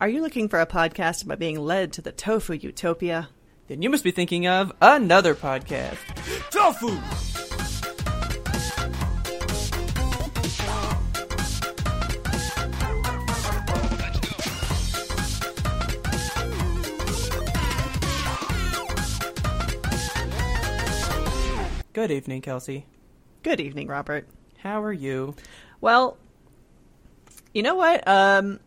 Are you looking for a podcast about being led to the tofu utopia? Then you must be thinking of another podcast. Tofu! Good evening, Kelsey. Good evening, Robert. How are you? Well, you know what? Um,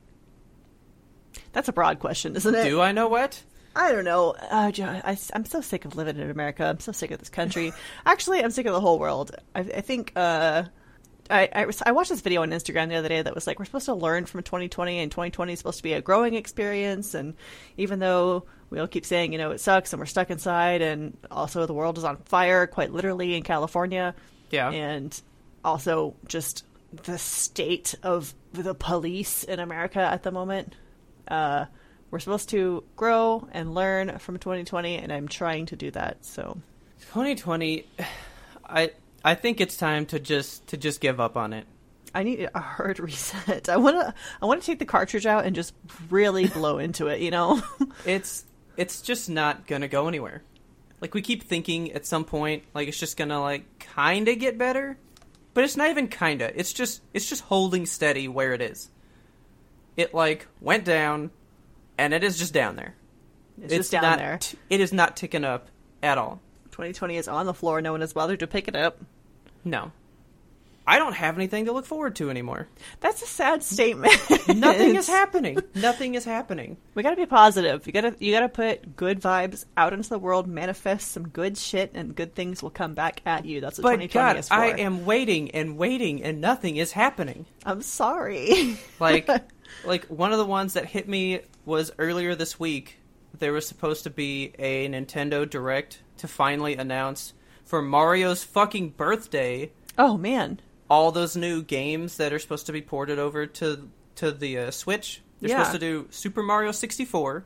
that's a broad question, isn't it? Do I know what? I don't know. Uh, Jo- I, am so sick of living in America. I'm so sick of this country. Actually, I'm sick of the whole world. I, I think uh, I, I, was- I watched this video on Instagram the other day that was like, we're supposed to learn from 2020, and 2020 is supposed to be a growing experience. And even though we all keep saying, you know, it sucks and we're stuck inside, and also the world is on fire, quite literally, in California. Yeah. And also just the state of the police in America at the moment uh, we're supposed to grow and learn from 2020, and I'm trying to do that. So 2020 I I think it's time to just to just give up on it. I need a hard reset. I want to I want to take the cartridge out and just really blow into it. You know, It's it's just not going to go anywhere. Like we keep thinking at some point like it's just going to like kind of get better, but it's not even kind of. It's just it's just holding steady where it is. It like went down and it is just down there. it's, just down not there. t- it is not ticking up at all. 2020 is on the floor. No one has bothered to pick it up. No. I don't have anything to look forward to anymore. That's a sad statement. Nothing is happening. Nothing is happening. We gotta be positive. You gotta you gotta put good vibes out into the world. Manifest some good shit, and good things will come back at you. That's what But 2020 God, is for. I am waiting and waiting and nothing is happening. I'm sorry. Like like one of the ones that hit me was earlier this week there was supposed to be a Nintendo Direct to finally announce for Mario's fucking birthday oh man. all those new games that are supposed to be ported over to to the uh, Switch. They're Yeah. supposed to do Super Mario 64,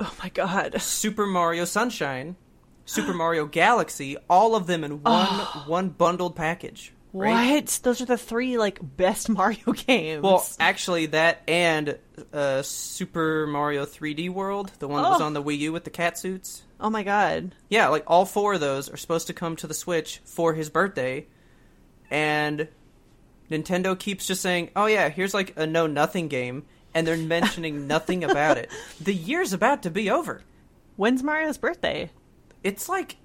Oh my god. Super Mario Sunshine, Super Mario Galaxy, all of them in one one bundled package. Right? Oh. What? Those are the three like best Mario games. Well, actually, that and uh, Super Mario 3D World, the one that was Oh. on the Wii U with the cat suits. oh my god. Yeah, like all four of those are supposed to come to the Switch for his birthday, and Nintendo keeps just saying, "Oh yeah, here's like a no nothing game," and they're mentioning nothing about it. The year's about to be over. When's Mario's birthday? It's like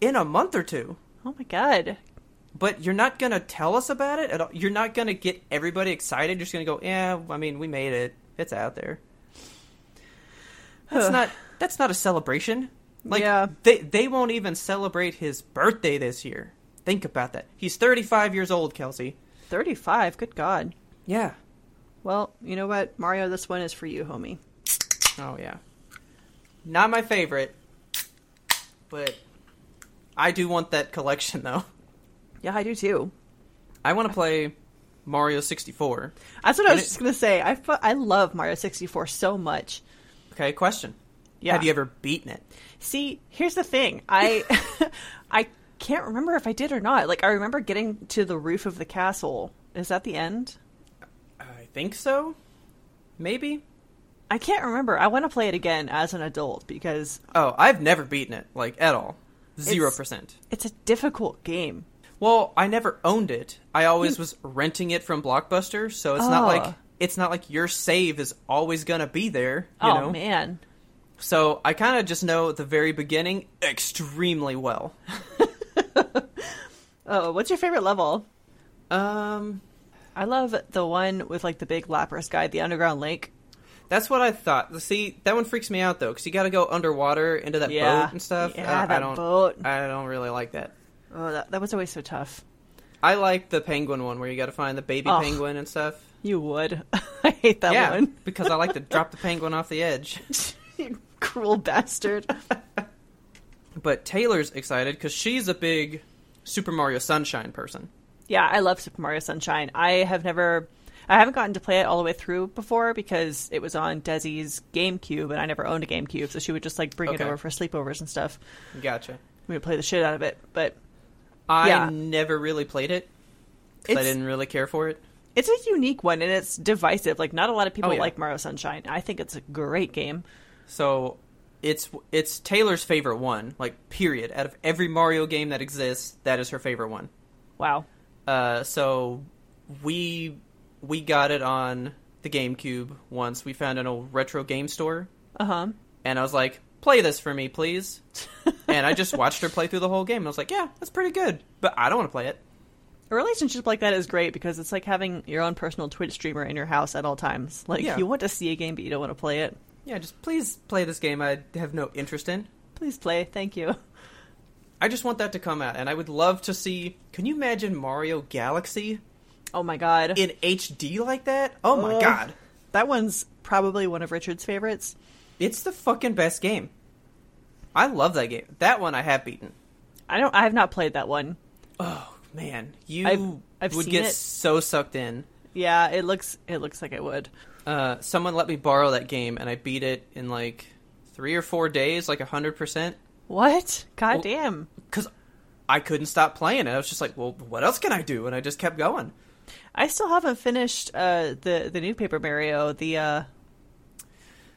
in a month or two. Oh my god. but you're not gonna tell us about it at all. You're not gonna get everybody excited. You're just gonna go, yeah. I mean, we made it. It's out there. That's not. That's not a celebration. Like Yeah. they they won't even celebrate his birthday this year. Think about that. He's 35 years old, Kelsey. 35. Good god. Yeah. Well, you know what? Mario, this one is for you, homie. Oh yeah. Not my favorite, but I do want that collection though. Yeah, I do too. I want to play Mario 64. That's what I And was it- just going to say. I, fu- I love Mario 64 so much. Okay, question. Yeah. Have you ever beaten it? See, here's the thing. I I can't remember if I did or not. Like I remember getting to the roof of the castle. Is that the end? I think so. Maybe. I can't remember. I want to play it again as an adult because Oh, I've never beaten it, like at all. Zero It's- percent. it's a difficult game. Well, I never owned it. I always was renting it from Blockbuster, so it's not Hmm. Oh. like it's not like your save is always gonna be there. You oh know? man. So I kind of just know the very beginning extremely well. Oh, what's your favorite level? Um, I love the one with like the big Lapras guy, the underground lake. that's what I thought. See, that one freaks me out though, because you got to go underwater into that Yeah. boat and stuff. Yeah, Uh, I that don't, boat. I don't really like that. Oh, that, that was always so tough. I like the penguin one where you got to find the baby Oh. penguin and stuff. You would. I hate that yeah, one. because I like to drop the penguin off the edge. you cruel bastard. But Taylor's excited because she's a big Super Mario Sunshine person. yeah, I love Super Mario Sunshine. I have never. I haven't gotten to play it all the way through before because it was on Desi's GameCube and I never owned a GameCube, so she would just like bring it Okay. over for sleepovers and stuff. Gotcha. We would play the shit out of it, but I Yeah. never really played it 'cause I It's- didn't really care for it. it's a unique one and it's divisive. Like not a lot of people Oh, yeah. like Mario Sunshine. I think it's a great game. So it's it's Taylor's favorite one. Like period. Out of every Mario game that exists, that is her favorite one. Wow. Uh, so we we got it on the GameCube once. We found an old retro game store, Uh huh. and I was like, "Play this for me, please." and I just watched her play through the whole game. and I was like, "Yeah, that's pretty good," but I don't want to play it. A relationship like that is great because it's like having your own personal Twitch streamer in your house at all times. Like Yeah. you want to see a game but you don't want to play it. Yeah, just please play this game. I have no interest in. Please play. Thank you. I just want that to come out, and I would love to see. Can you imagine Mario Galaxy Oh my god. in HD like that? Oh my Ugh. god, That one's probably one of Richard's favorites. it's the fucking best game. I love that game. That one I have beaten. I don't. I have not played that one. Oh man, you I've- I've would seen get it. so sucked in. Yeah, it looks. It looks like it would. Uh, someone let me borrow that game, and I beat it in like three or four days, like hundred percent, What? God Well- damn. because I couldn't stop playing it. I was just like, "Well, what else can I do?" And I just kept going. I still haven't finished uh, the the new Paper Mario. The uh,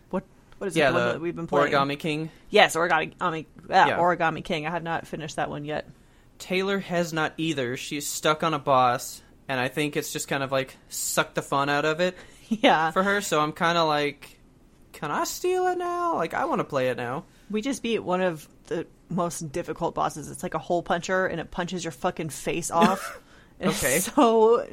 what what is it? yeah, the one the that we've been playing. Origami King. Yes, origami. Um, yeah, Yeah. Origami King. I have not finished that one yet. Taylor has not either. She's stuck on a boss, and I think it's just kind of like sucked the fun out of it yeah, for her. So I'm kind of like, "Can I steal it now? Like, I want to play it now." we just beat one of the most difficult bosses. It's like a hole puncher, and it punches your fucking face off. And Okay. It's so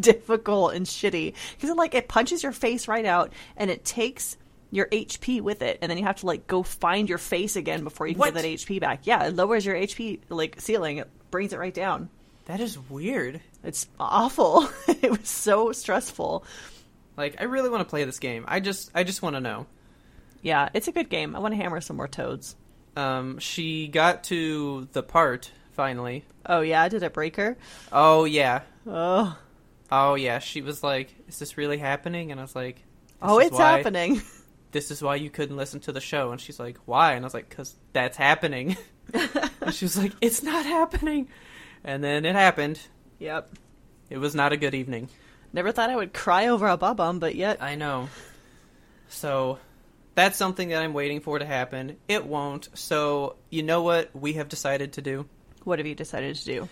difficult and shitty because it like it punches your face right out, and it takes your HP with it, and then you have to like go find your face again before you can What? get that HP back. Yeah, it lowers your HP like ceiling. It brings it right down. That is weird. It's awful. it was so stressful. Like, I really want to play this game. I just, I just want to know. Yeah, it's a good game. I want to hammer some more toads. Um, she got to the part finally. Oh yeah, did it break her? Oh yeah, Oh, oh yeah. She was like, "Is this really happening?" And I was like, this oh, is it's why- happening. This is why you couldn't listen to the show." And she's like, "Why?" And I was like, "Cause that's happening." and she was like, "It's not happening." And then it happened. Yep. It was not a good evening. Never thought I would cry over a bum, but yet I know. So that's something that I'm waiting for to happen. It won't. So you know what we have decided to do? what have you decided to do?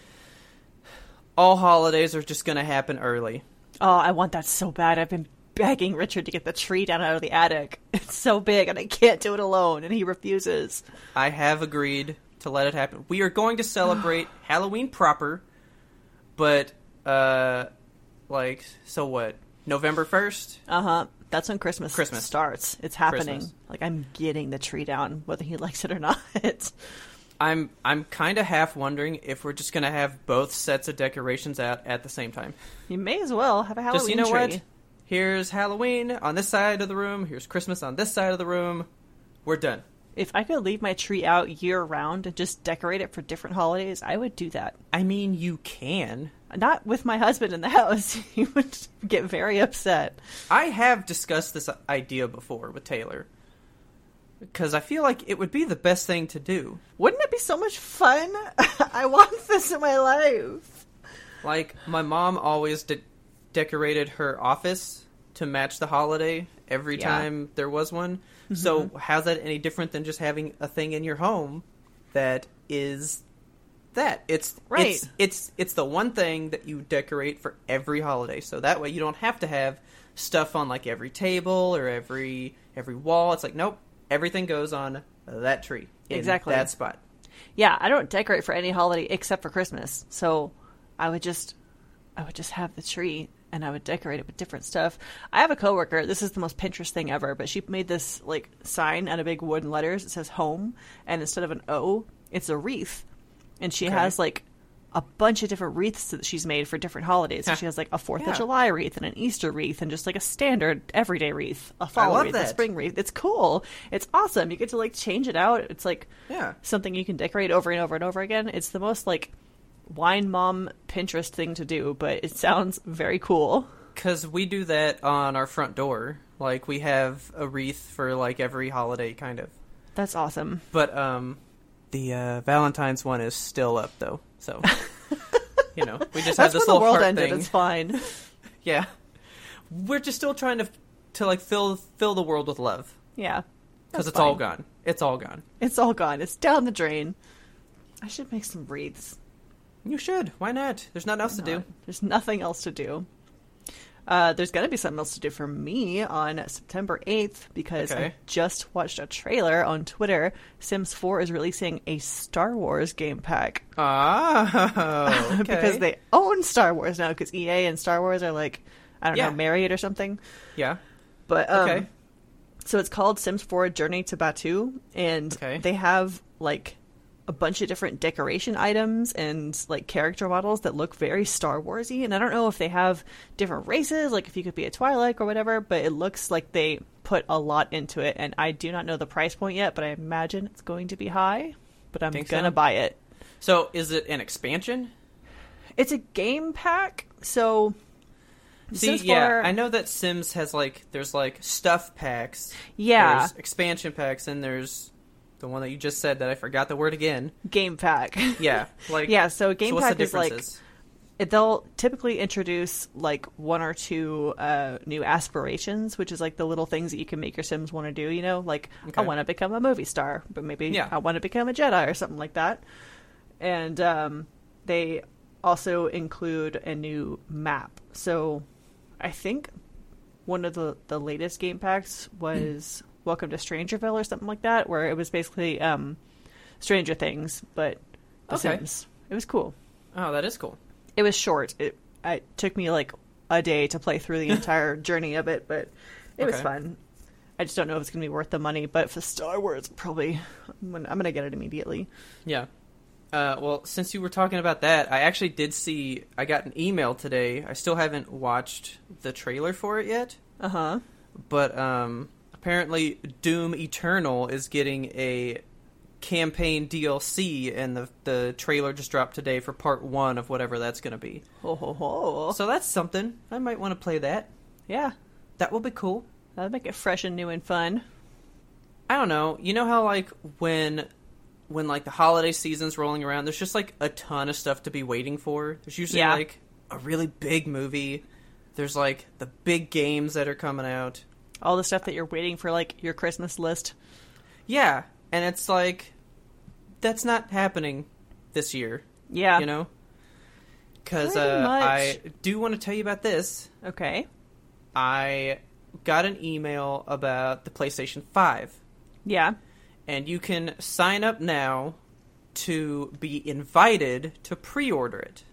All holidays are just going to happen early. Oh, I want that so bad. I've been begging Richard to get the tree down out of the attic. It's so big and I can't do it alone and he refuses. I have agreed to let it happen. We are going to celebrate Halloween proper, but uh like so what? November 1st? Uh-huh. That's when Christmas, Christmas. starts. It's happening. Christmas. Like I'm getting the tree down whether he likes it or not. I'm I'm kind of half wondering if we're just going to have both sets of decorations out at the same time. you may as well have a Halloween just you know tree. what? Here's Halloween on this side of the room, here's Christmas on this side of the room. We're done. If I could leave my tree out year round and just decorate it for different holidays, I would do that. I mean, you can. Not with my husband in the house. He would get very upset. I have discussed this idea before with Taylor. Because I feel like it would be the best thing to do. Wouldn't it be so much fun? I want this in my life. Like my mom always de- decorated her office to match the holiday every Yeah. Mm-hmm. time there was one. So how's that any different than just having a thing in your home that is that? It's Right. It's it's, it's the one thing that you decorate for every holiday. So that way you don't have to have stuff on like every table or every every wall. It's like nope, everything goes on that tree in Exactly. that spot. Yeah, I don't decorate for any holiday except for Christmas. So I would just I would just have the tree and I would decorate it with different stuff. I have a coworker, this is the most Pinterest thing ever, but she made this like sign out of big wooden letters. It says home and instead of an O, it's a wreath. And she Okay. has like a bunch of different wreaths that she's made for different holidays. So Huh. she has like a Fourth Yeah. of July wreath and an Easter wreath and just like a standard everyday wreath, a fall love wreath, a that. spring wreath. It's cool. It's awesome. You get to like change it out. It's like Yeah. something you can decorate over and over and over again. It's the most like wine mom Pinterest thing to do, but it sounds very cool. Because we do that on our front door. Like, we have a wreath for, like, every holiday, kind of. That's awesome. But, um, the uh, Valentine's one is still up, though. So, you know, we just That's have when this the little world heart ended. thing. It's fine. Yeah. We're just still trying to, to like, fill, fill the world with love. Yeah. Because That's it's all fine. gone. It's all gone. It's all gone. It's down the drain. I should make some wreaths. You should. Why not? There's nothing else to do. There's nothing else to do. Uh, there's going to be something else to do for me on September 8th because I Okay. just watched a trailer on Twitter. Sims 4 is releasing a Star Wars game pack Oh, because they own Star Wars now because EA and Star Wars are like, I don't Yeah. know, married or something. yeah. But um, Okay. so it's called Sims 4 Journey to Batu, and Okay. they have like a bunch of different decoration items and like character models that look very Star Warsy. And I don't know if they have different races, like if you could be a Twi'lek or whatever, but it looks like they put a lot into it. And I do not know the price point yet, but I imagine it's going to be high. But I'm Think so? gonna buy it. So is it an expansion? It's a game pack, so See, Sims yeah, 4 I know that Sims has like there's like stuff packs, Yeah. there's expansion packs, and there's the one that you just said that I forgot the word again. game pack. Yeah, like Yeah, so game what's pack the is, like, differences? it- they'll typically introduce like one or two uh, new aspirations, which is like the little things that you can make your Sims want to do. You know, like I Okay. want to become a movie star, but maybe Yeah. I want to become a Jedi or something like that. And um, they also include a new map. So I think one of the the latest game packs was Welcome to Strangerville or something like that, where it was basically um, Stranger Things, but the Okay. Sims. It was cool oh, that is cool. it was short. It, it took me like a day to play through the entire journey of it, but it was Okay. fun. I just don't know if it's going to be worth the money, but for Star Wars, probably I'm gonna- I'm going to get it immediately. Yeah. Uh, well, since you were talking about that, I actually did see. I got an email today. I still haven't watched the trailer for it yet, Uh Uh-huh. huh. but um, apparently Doom Eternal is getting a campaign DLC, and the the trailer just dropped today for part one of whatever that's going to be. Ho ho ho. So that's something. I might want to play that. Yeah, That will be cool. that'll make it fresh and new and fun. I don't know. You know how like when when like the holiday season's rolling around, there's just like a ton of stuff to be waiting for. There's usually Yeah. like a really big movie. There's like the big games that are coming out. All the stuff that you're waiting for, like your Christmas list. Yeah, and it's like that's not happening this year. Yeah. You know? Cuz Pretty uh, much. I do want to tell you about this. Okay. I got an email about the PlayStation 5. Yeah. and you can sign up now to be invited to pre-order it.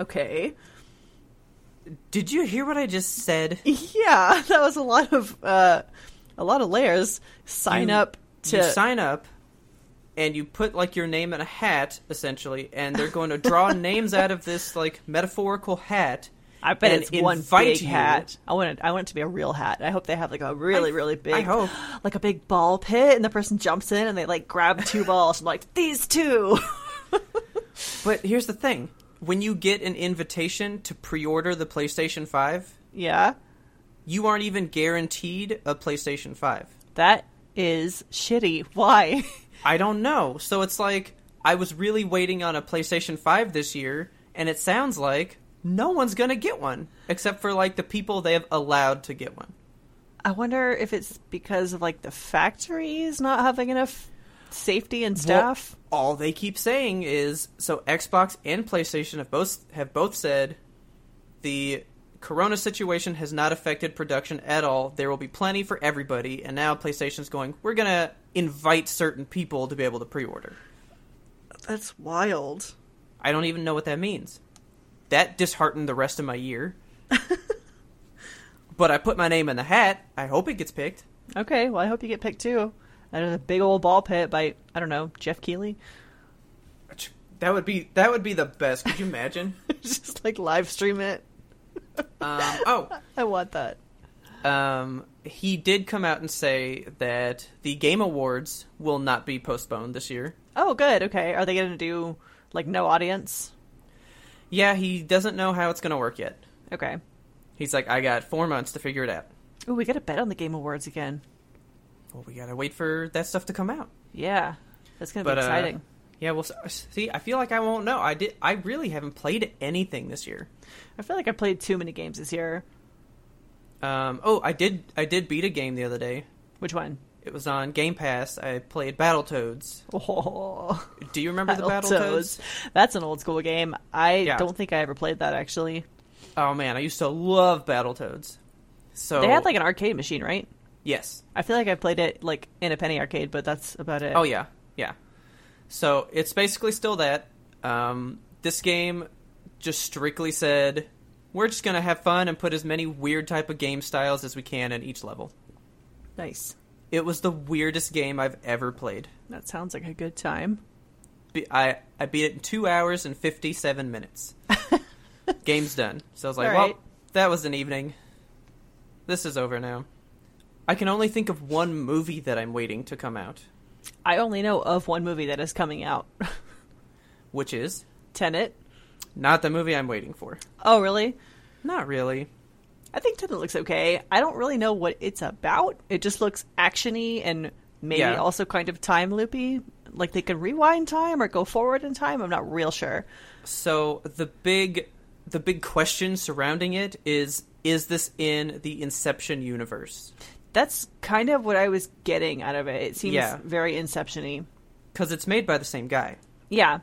Okay. Did you hear what I just said? Yeah, that was a lot of uh, a lot of layers. Sign You- up to you sign up and you put like your name in a hat essentially and they're going to draw names out of this like metaphorical hat. I bet and it's one invite big you. hat. I want it. I want it to be a real hat. I hope they have like a really, I- really big, I hope. like a big ball pit, and the person jumps in and they like grab two balls. and like these two. But here's the thing. When you get an invitation to pre-order the PlayStation 5, yeah, you aren't even guaranteed a PlayStation 5. that is shitty. Why? I don't know. So it's like I was really waiting on a PlayStation 5 this year, and it sounds like no one's going to get one except for like the people they have allowed to get one. I wonder if it's because of like the factories not having enough safety and staff. Well, all they keep saying is so Xbox and PlayStation have both have both said the corona situation has not affected production at all. There will be plenty for everybody, and now PlayStation's going, we're going to invite certain people to be able to pre-order. That's wild. I don't even know what that means. That disheartened the rest of my year. but I put my name in the hat. I hope it gets picked. Okay, well, I hope you get picked too. That is a big old ball pit by I don't know Jeff Keeley. That would be that would be the best. Could you imagine? just like live stream it. um, oh, I want that. um, he did come out and say that the Game Awards will not be postponed this year. Oh, good. Okay. Are they going to do like no audience? Yeah, he doesn't know how it's going to work yet. Okay. He's like, I got four months to figure it out. Ooh, we got to bet on the Game Awards again. Well, we gotta wait for that stuff to come out. Yeah, that's going to But be uh, exciting. yeah, well, s- see, I feel like I won't know. I did. I really haven't played anything this year. I feel like I played too many games this year. Um, oh, I did. I did beat a game the other day. Which one? It was on Game Pass. I played Battletoads. Oh, Do you remember the Battletoads? Battletoads. That's an old school game. I Yeah. don't think I ever played that actually. Oh man, I used to love Battletoads. So They had like an arcade machine, right? yes. I feel like I played it like in a penny arcade, but that's about it. Oh yeah, yeah. So it's basically still that. Um, this game just strictly said we're just gonna have fun and put as many weird type of game styles as we can in each level. nice. It was the weirdest game I've ever played. That sounds like a good time. Be- I I beat it in two hours and fifty seven minutes. Game's done. So I was like, All right. well, that was an evening. This is over now. I can only think of one movie that I'm waiting to come out, I only know of one movie that is coming out, which is Tenet. not the movie I'm waiting for. Oh, really? Not really. I think Tenet looks okay. I don't really know what it's about. It just looks actiony and maybe Yeah. also kind of time loopy. Like they could rewind time or go forward in time. I'm not real sure. So the big the big question surrounding it is is this in the Inception universe? That's kind of what I was getting out of it. It seems Yeah. very inception-y. Cuz it's made by the same guy. Yeah.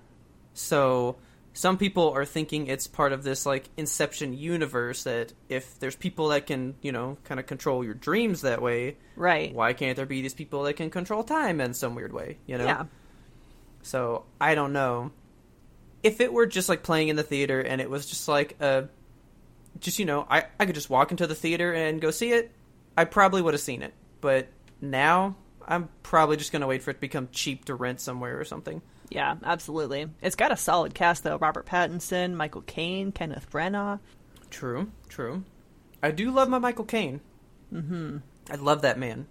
So some people are thinking it's part of this like Inception universe that if there's people that can, you know, kind of control your dreams that way, Right. why can't there be these people that can control time in some weird way, you know? Yeah. So I don't know. If it were just like playing in the theater and it was just like a just you know, I, I could just walk into the theater and go see it, I probably would have seen it. But now I'm probably just gonna wait for it to become cheap to rent somewhere or something. Yeah, absolutely. It's got a solid cast though. Robert Pattinson, Michael Caine, Kenneth Branagh. True, true. I do love my Michael Caine. Mm-hmm. I love that man.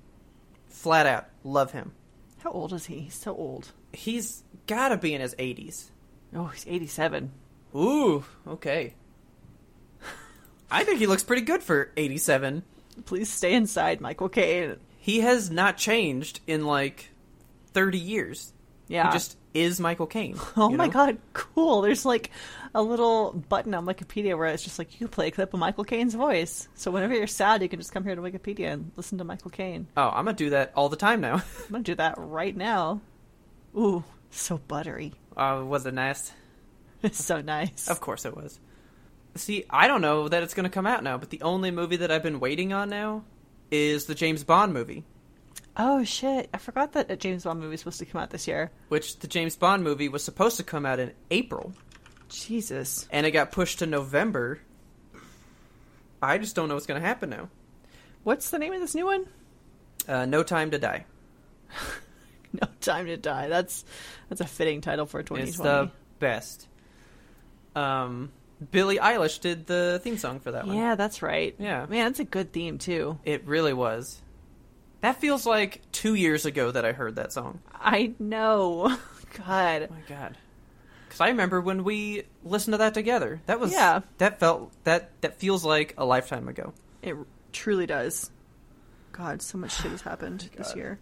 Flat out. Love him. How old is he? He's so old. He's gotta be in his eighties. Oh, he's 87. Ooh, okay. I think he looks pretty good for eighty seven. Please stay inside, Michael Caine. he has not changed in like 30 years. Yeah. He just is Michael Caine. Oh you my know? god, cool. There's like a little button on Wikipedia where it's just like you can play a clip of Michael Caine's voice. So whenever you're sad, you can just come here to Wikipedia and listen to Michael Caine. Oh, I'm going to do that all the time now. I'm gonna do that right now. Ooh, so buttery. uh, was it nice? It's so nice. Of course it was. See, I don't know that it's going to come out now, but the only movie that I've been waiting on now is the James Bond movie, Oh shit, I forgot that a James Bond movie is supposed to come out this year. which the James Bond movie was supposed to come out in April, Jesus. and it got pushed to November. I just don't know what's going to happen now. What's the name of this new one? Uh, no Time to Die. No Time to Die. That's that's a fitting title for It's 2020. the best. Um, Billie Eilish did the theme song for that one. yeah, that's right. Yeah. Man, that's a good theme too. It really was. That feels like two years ago that I heard that song. I know. God. Oh my god. Because I remember when we listened to that together. That was Yeah. That felt that that feels like a lifetime ago. It truly does. God, so much shit has happened this Oh God. year.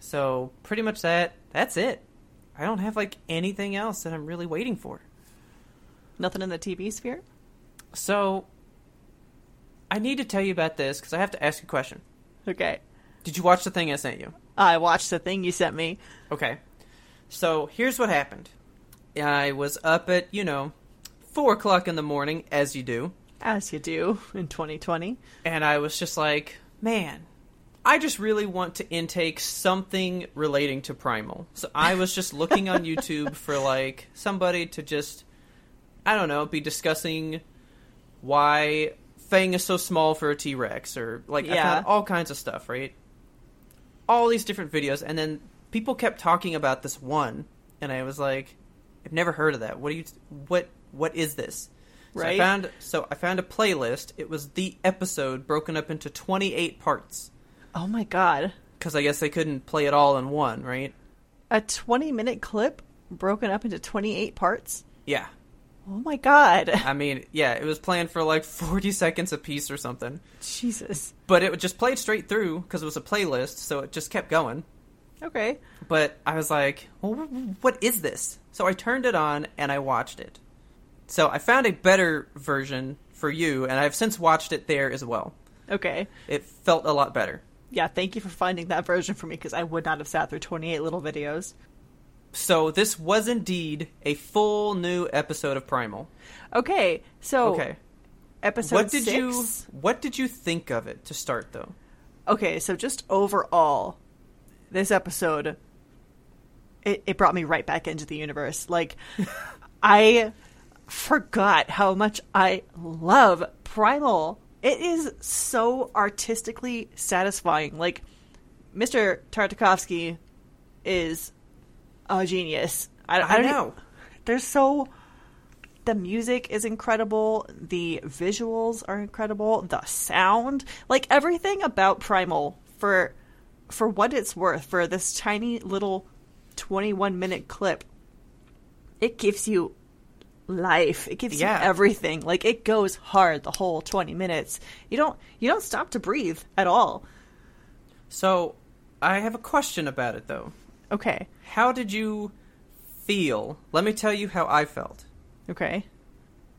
So pretty much that. That's it. I don't have like anything else that I'm really waiting for. Nothing in the TV sphere? So I need to tell you about this because I have to ask you a question. Okay. Did you watch the thing I sent you? I watched the thing you sent me. Okay. So here's what happened. I was up at, you know, four o'clock in the morning, as you do, As you do in 2020. and I was just like, man, I just really want to intake something relating to Primal. So I was just looking on YouTube for, like, somebody to just, I don't know, be discussing why Fang is so small for a T Rex, or, like, I Yeah. found all kinds of stuff, right? all these different videos and then people kept talking about this one and i was like I've never heard of that. What do you what what is this? Right. So I found so I found a playlist. It was the episode broken up into 28 parts Oh my god. cuz I guess they couldn't play it all in one, right? A 20 minute clip broken up into 28 parts? Yeah. Oh my god. I mean, yeah, it was planned for like 40 seconds a piece or something. Jesus. But it just played straight through cuz it was a playlist, so it just kept going. Okay. but I was like, well, wh- wh- what is this? So I turned it on and I watched it. So I found a better version for you, and I've since watched it there as well. Okay. It felt a lot better. Yeah, thank you for finding that version for me because I would not have sat through 28 little videos. So this was indeed a full new episode of Primal. Okay, so okay. Oh, episode What did six. you what did you think of it to start though? Okay, so just overall, this episode, it, it brought me right back into the universe. Like, I forgot how much I love Primal. It is so artistically satisfying. Like, Mr. Tartakovsky is a genius. I, I don't e- know. There's so. The music is incredible. The visuals are incredible. The sound, like everything about Primal, for for what it's worth, for this tiny little 21 minute clip, it gives you life. It gives Yeah. you everything. Like it goes hard the whole 20 minutes. You don't you don't stop to breathe at all. So I have a question about it though. Okay. How did you feel? Let me tell you how I felt. Okay.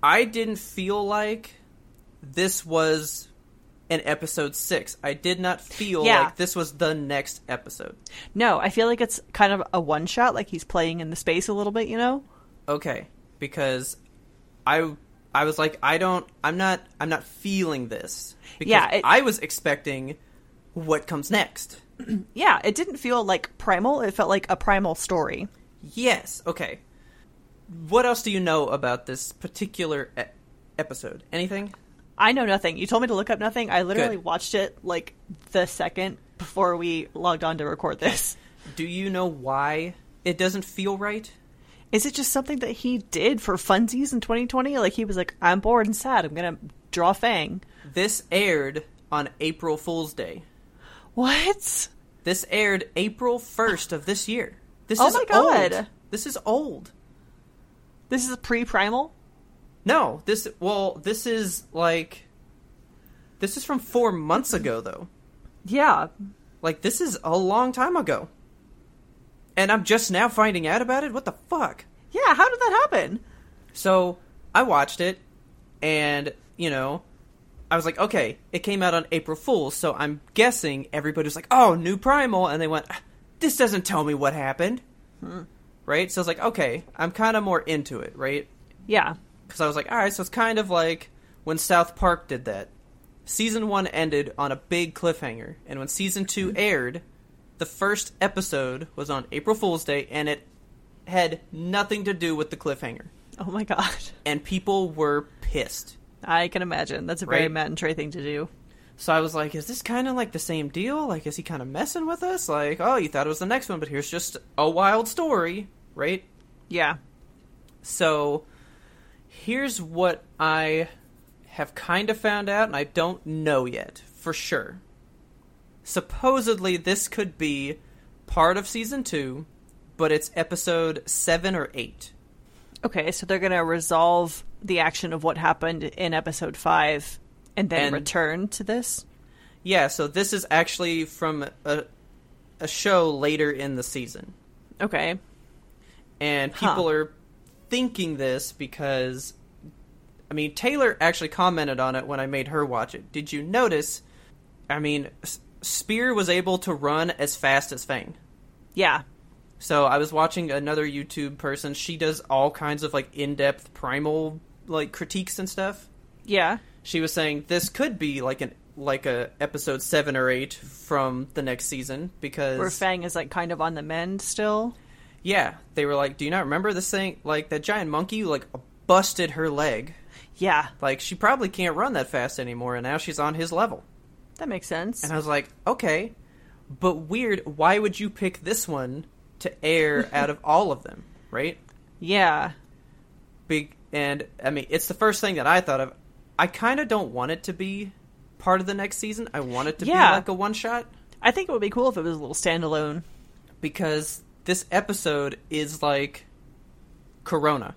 I didn't feel like this was an episode six. I did not feel Yeah. like this was the next episode. No, I feel like it's kind of a one shot like he's playing in the space a little bit, you know? Okay, because I I was like I don't I'm not I'm not feeling this because Yeah, it- I was expecting what comes next. Yeah, it didn't feel like primal. It felt like a primal story. Yes. Okay. What else do you know about this particular e- episode? Anything? I know nothing. You told me to look up nothing. I literally Good. watched it like the second before we logged on to record this. Do you know why it doesn't feel right? Is it just something that he did for funsies in 2020? Like he was like, I'm bored and sad. I'm gonna draw Fang. This aired on April Fool's Day. What? This aired April 1st of this year. This Oh is my God. old. This is old. This is pre primal. No, this well, this is like this is from 4 months ago though. Yeah. Like this is a long time ago. And I'm just now finding out about it. What the fuck? Yeah. How did that happen? So, I watched it and, you know, I was like, okay, it came out on April Fools, so I'm guessing everybody was like, oh, new Primal, and they went, "Ah, this doesn't tell me what happened. Right? So I was like, okay, I'm kind of more into it, right? Yeah. Because I was like, all right, so it's kind of like when South Park did that. Season one ended on a big cliffhanger, and when season two aired, the first episode was on April Fool's Day, and it had nothing to do with the cliffhanger. Oh my god. And people were pissed. I can imagine. That's a very Right. Matt and Trey thing to do. So I was like, is this kind of like the same deal? Like, is he kind of messing with us? Like, oh, you thought it was the next one, but here's just a wild story, right? Yeah. So here's what I have kind of found out, and I don't know yet for sure. Supposedly, this could be part of season two, but it's episode seven or eight. Okay, so they're going to resolve the action of what happened in episode five and then And- return to this. Yeah, so this is actually from a, a show later in the season. Okay. and Huh. people are thinking this because I mean Taylor actually commented on it when I made her watch it. Did you notice? I mean, S- Spear was able to run as fast as Fang. Yeah. So I was watching another YouTube person. She does all kinds of like in-depth primal like critiques and stuff. Yeah. She was saying this could be like an like a episode 7 or 8 from the next season because Where Fang is like kind of on the mend still. Yeah, they were like, "Do you not remember this thing? Like that giant monkey, like busted her leg. Yeah. Like she probably can't run that fast anymore, and now she's on his level." That makes sense. And I was like, "Okay, but weird. Why would you pick this one to air out of all of them? Right? Yeah. Big and I mean, it's the first thing that I thought of. I kind of don't want it to be part of the next season. I want it to Yeah. be like a one shot I think it would be cool if it was a little standalone. because this episode is like Corona.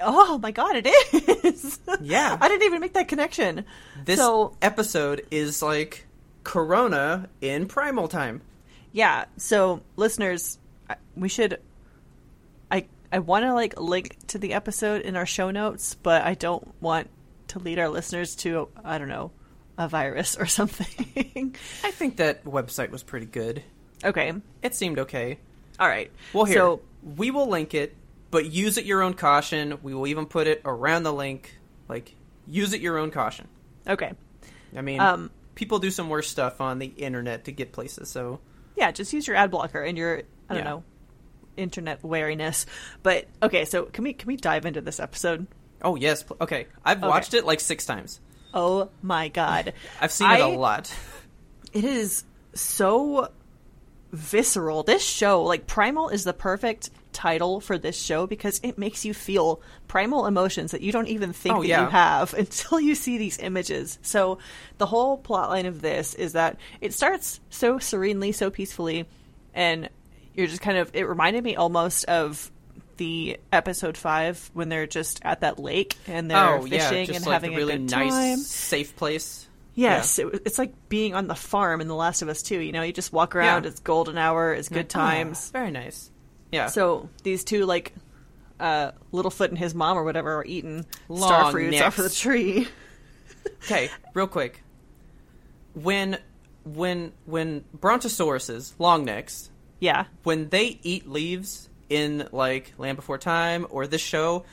Oh my god, it is. Yeah. I didn't even make that connection. This so episode is like Corona in primal time. yeah, so listeners, I- we should I I want to like link to the episode in our show notes, but I don't want to lead our listeners to I don't know, a virus or something. I think that website was pretty good. okay. It seemed okay. All right. Well, here So, we will link it, but use it your own caution. We will even put it around the link. Like, use it your own caution. okay. I mean, Um, people do some worse stuff on the internet to get places. So, Yeah, just use your ad blocker and your I don't Yeah. know, internet wariness. But okay, so can we can we dive into this episode? oh yes, pl- okay. I've Okay. watched it like six times. Oh my god. I've seen it a I- lot. It is so visceral. This show, like Primal is the perfect title for this show because it makes you feel primal emotions that you don't even think Oh, that yeah. you have until you see these images. So the whole plot line of this is that it starts so serenely, so peacefully, and you're just kind of it reminded me almost of the episode five when they're just at that lake and they're oh yeah, fishing just and like having a really good nice, time. safe place. Yes, Yeah. it, it's like being on the farm in The Last of Us too. You know, you just walk around. Yeah. It's golden hour. It's good times. Ah, very nice. Yeah. So these two, like uh, Littlefoot and his mom or whatever, are eating star Long fruits necks. off of the tree. Okay, real quick. When when when brontosauruses, long necks, Yeah, when they eat leaves in like Land Before Time or this show,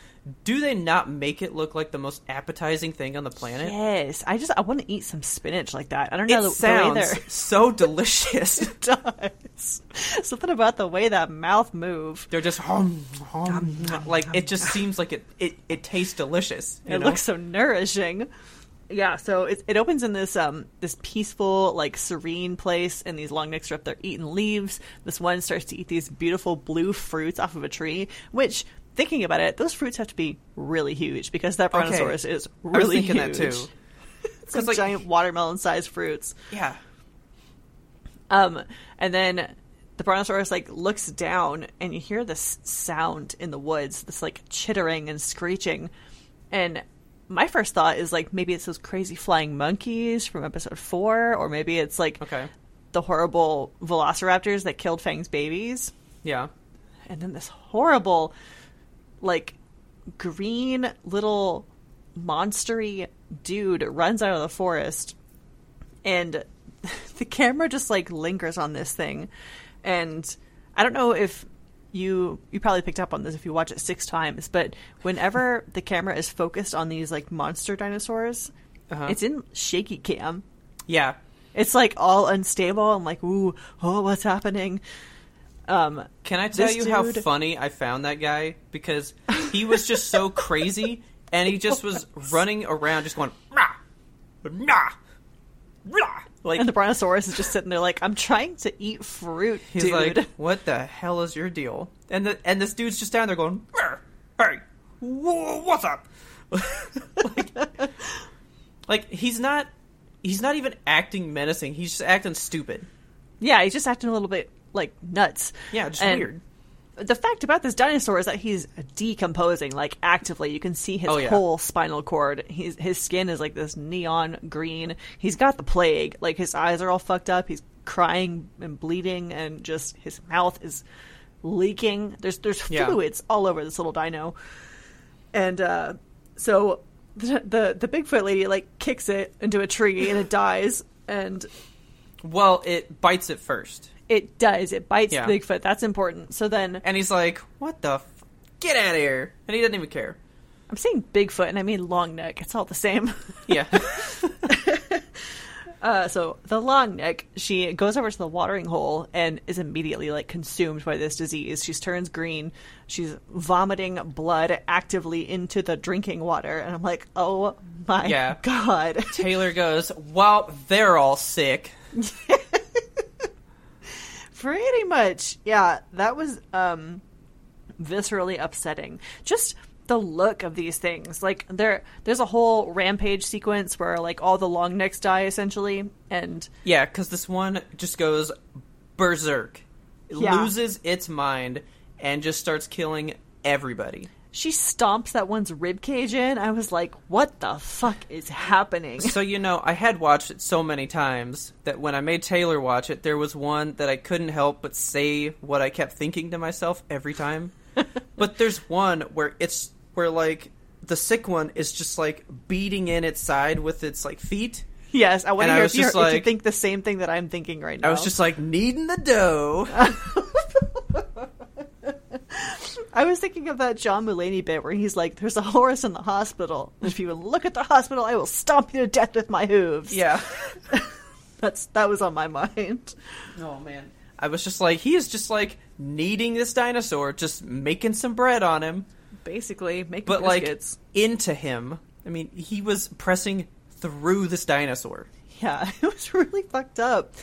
do they not make it look like the most appetizing thing on the planet? yes. I just I want to eat some spinach like that. I don't know It the, the way sounds they're. so delicious. It does something about the way that mouth move. They're just hum, hum, like it just seems like it it, it tastes delicious. you It know? looks so nourishing. Yeah, so it, it opens in this um this peaceful, like serene place, and these long necks are up there eating leaves. This one starts to eat these beautiful blue fruits off of a tree, which thinking about it, those fruits have to be really huge because that Okay. brontosaurus is I was really thinking huge. that too. Some 'Cause, like- giant watermelon sized fruits. Yeah. Um, and then the brontosaurus like looks down, and you hear this sound in the woods, this like chittering and screeching. And my first thought is like maybe it's those crazy flying monkeys from episode four, or maybe it's like Okay. the horrible velociraptors that killed Fang's babies. Yeah. And then this horrible, like green little monstery dude runs out of the forest and the camera just like lingers on this thing and i don't know if you you probably picked up on this if you watch it six times but whenever the camera is focused on these like monster dinosaurs Uh-huh. it's in shaky cam Yeah. it's like all unstable and like ooh oh what's happening um Can I tell This you how dude- funny I found that guy? Because he was just so crazy, and he just was running around, just going rah, rah, rah. Like and the brontosaurus is just sitting there like i'm trying to eat fruit he's dude like, "What the hell is your deal?" And the and this dude's just down there going, "Rah, "Hey, wha- what's up?" like, like he's not he's not even acting menacing. He's just acting stupid. yeah he's just acting a little bit like nuts Yeah, just And weird. the fact about this dinosaur is that he's decomposing like actively you can see his Oh, yeah. whole spinal cord he's, his skin is like this neon green he's got the plague like his eyes are all fucked up he's crying and bleeding and just his mouth is leaking there's there's Yeah. fluids all over this little dino and uh so the the, the bigfoot lady like kicks it into a tree and it dies and Well, it bites it first, it does it bites Yeah. bigfoot that's important so then and he's like, "What the? F- get out of here!" And he doesn't even care. I'm saying Bigfoot and I mean long neck. It's all the same. Yeah. Uh, so the long neck, she goes over to the watering hole and is immediately like consumed by this disease. She turns green. She's vomiting blood actively into the drinking water, and I'm like, oh my Yeah. god. Taylor goes, Well, they're all sick. Pretty much, yeah. That was um, viscerally upsetting. Just the look of these things. Like there there's a whole rampage sequence where like all the long necks die essentially and Yeah, because this one just goes berserk, It Yeah. loses its mind, and just starts killing everybody. she stomps that one's rib cage in. I was like, "What the fuck is happening?" So you know, I had watched it so many times that when I made Taylor watch it, there was one that I couldn't help but say what I kept thinking to myself every time. but there's one where it's where like the sick one is just like beating in its side with its like feet. Yes, I want And to I hear was if, you're, just if you like- think the same thing that I'm thinking right now. I was just like kneading the dough. I was thinking of that John Mulaney bit where he's like, "There's a horse in the hospital. If you look at the hospital, I will stomp you to death with my hooves." yeah. that's that was on my mind. Oh man. I was just like, he is just like kneading this dinosaur, just making some bread on him. Basically, making but biscuits. like into him. I mean, he was pressing through this dinosaur. yeah, it was really fucked up.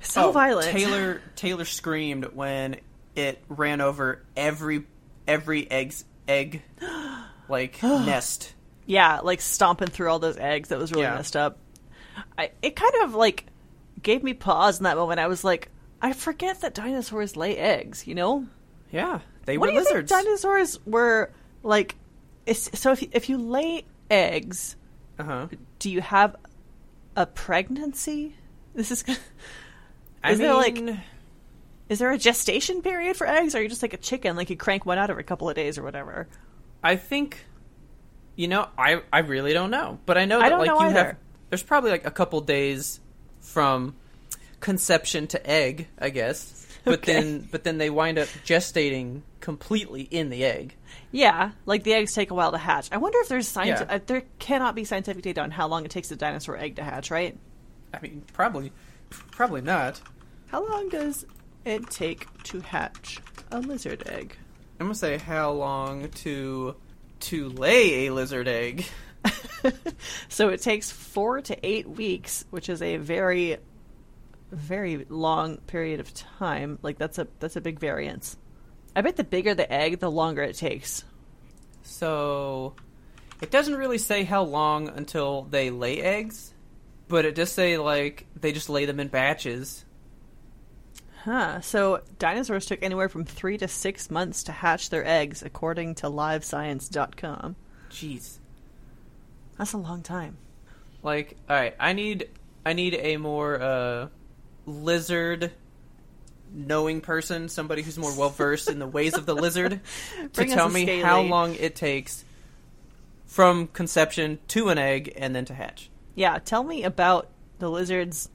So Oh, violent. Taylor Taylor screamed when it ran over every every egg's egg like nest. Yeah, like stomping through all those eggs. That was really Yeah. messed up. I, it kind of like gave me pause in that moment. I was like, I forget that dinosaurs lay eggs. You know, Yeah, they what were do you lizards. think dinosaurs were like? It's, so if you, if you lay eggs, uh-huh. do you have a pregnancy? This is. I Is mean, there, like- Is there a gestation period for eggs? Or are you just like a chicken, like you crank one out every couple of days or whatever? I think you know, I I really don't know, but I know that I don't like know you have either. there's probably like a couple days from conception to egg, I guess. But Okay. then but then they wind up gestating completely in the egg. Yeah, like the eggs take a while to hatch. I wonder if there's science. Yeah. Uh, there cannot be scientific data on how long it takes a dinosaur egg to hatch, right? I mean, probably probably not. How long does it take to hatch a lizard egg? I'm gonna say how long to to lay a lizard egg. so it takes four to eight weeks, which is a very, very long period of time. Like that's a that's a big variance. I bet the bigger the egg, the longer it takes. So it doesn't really say how long until they lay eggs, but it does say like they just lay them in batches. Huh. So dinosaurs took anywhere from three to six months to hatch their eggs, according to LiveScience.com. Jeez. That's a long time. Like, all right, I need I need a more uh lizard knowing person, somebody who's more well versed in the ways of the lizard to Bring us tell a me scaly. how long it takes from conception to an egg and then to hatch. Yeah. Tell me about the lizards'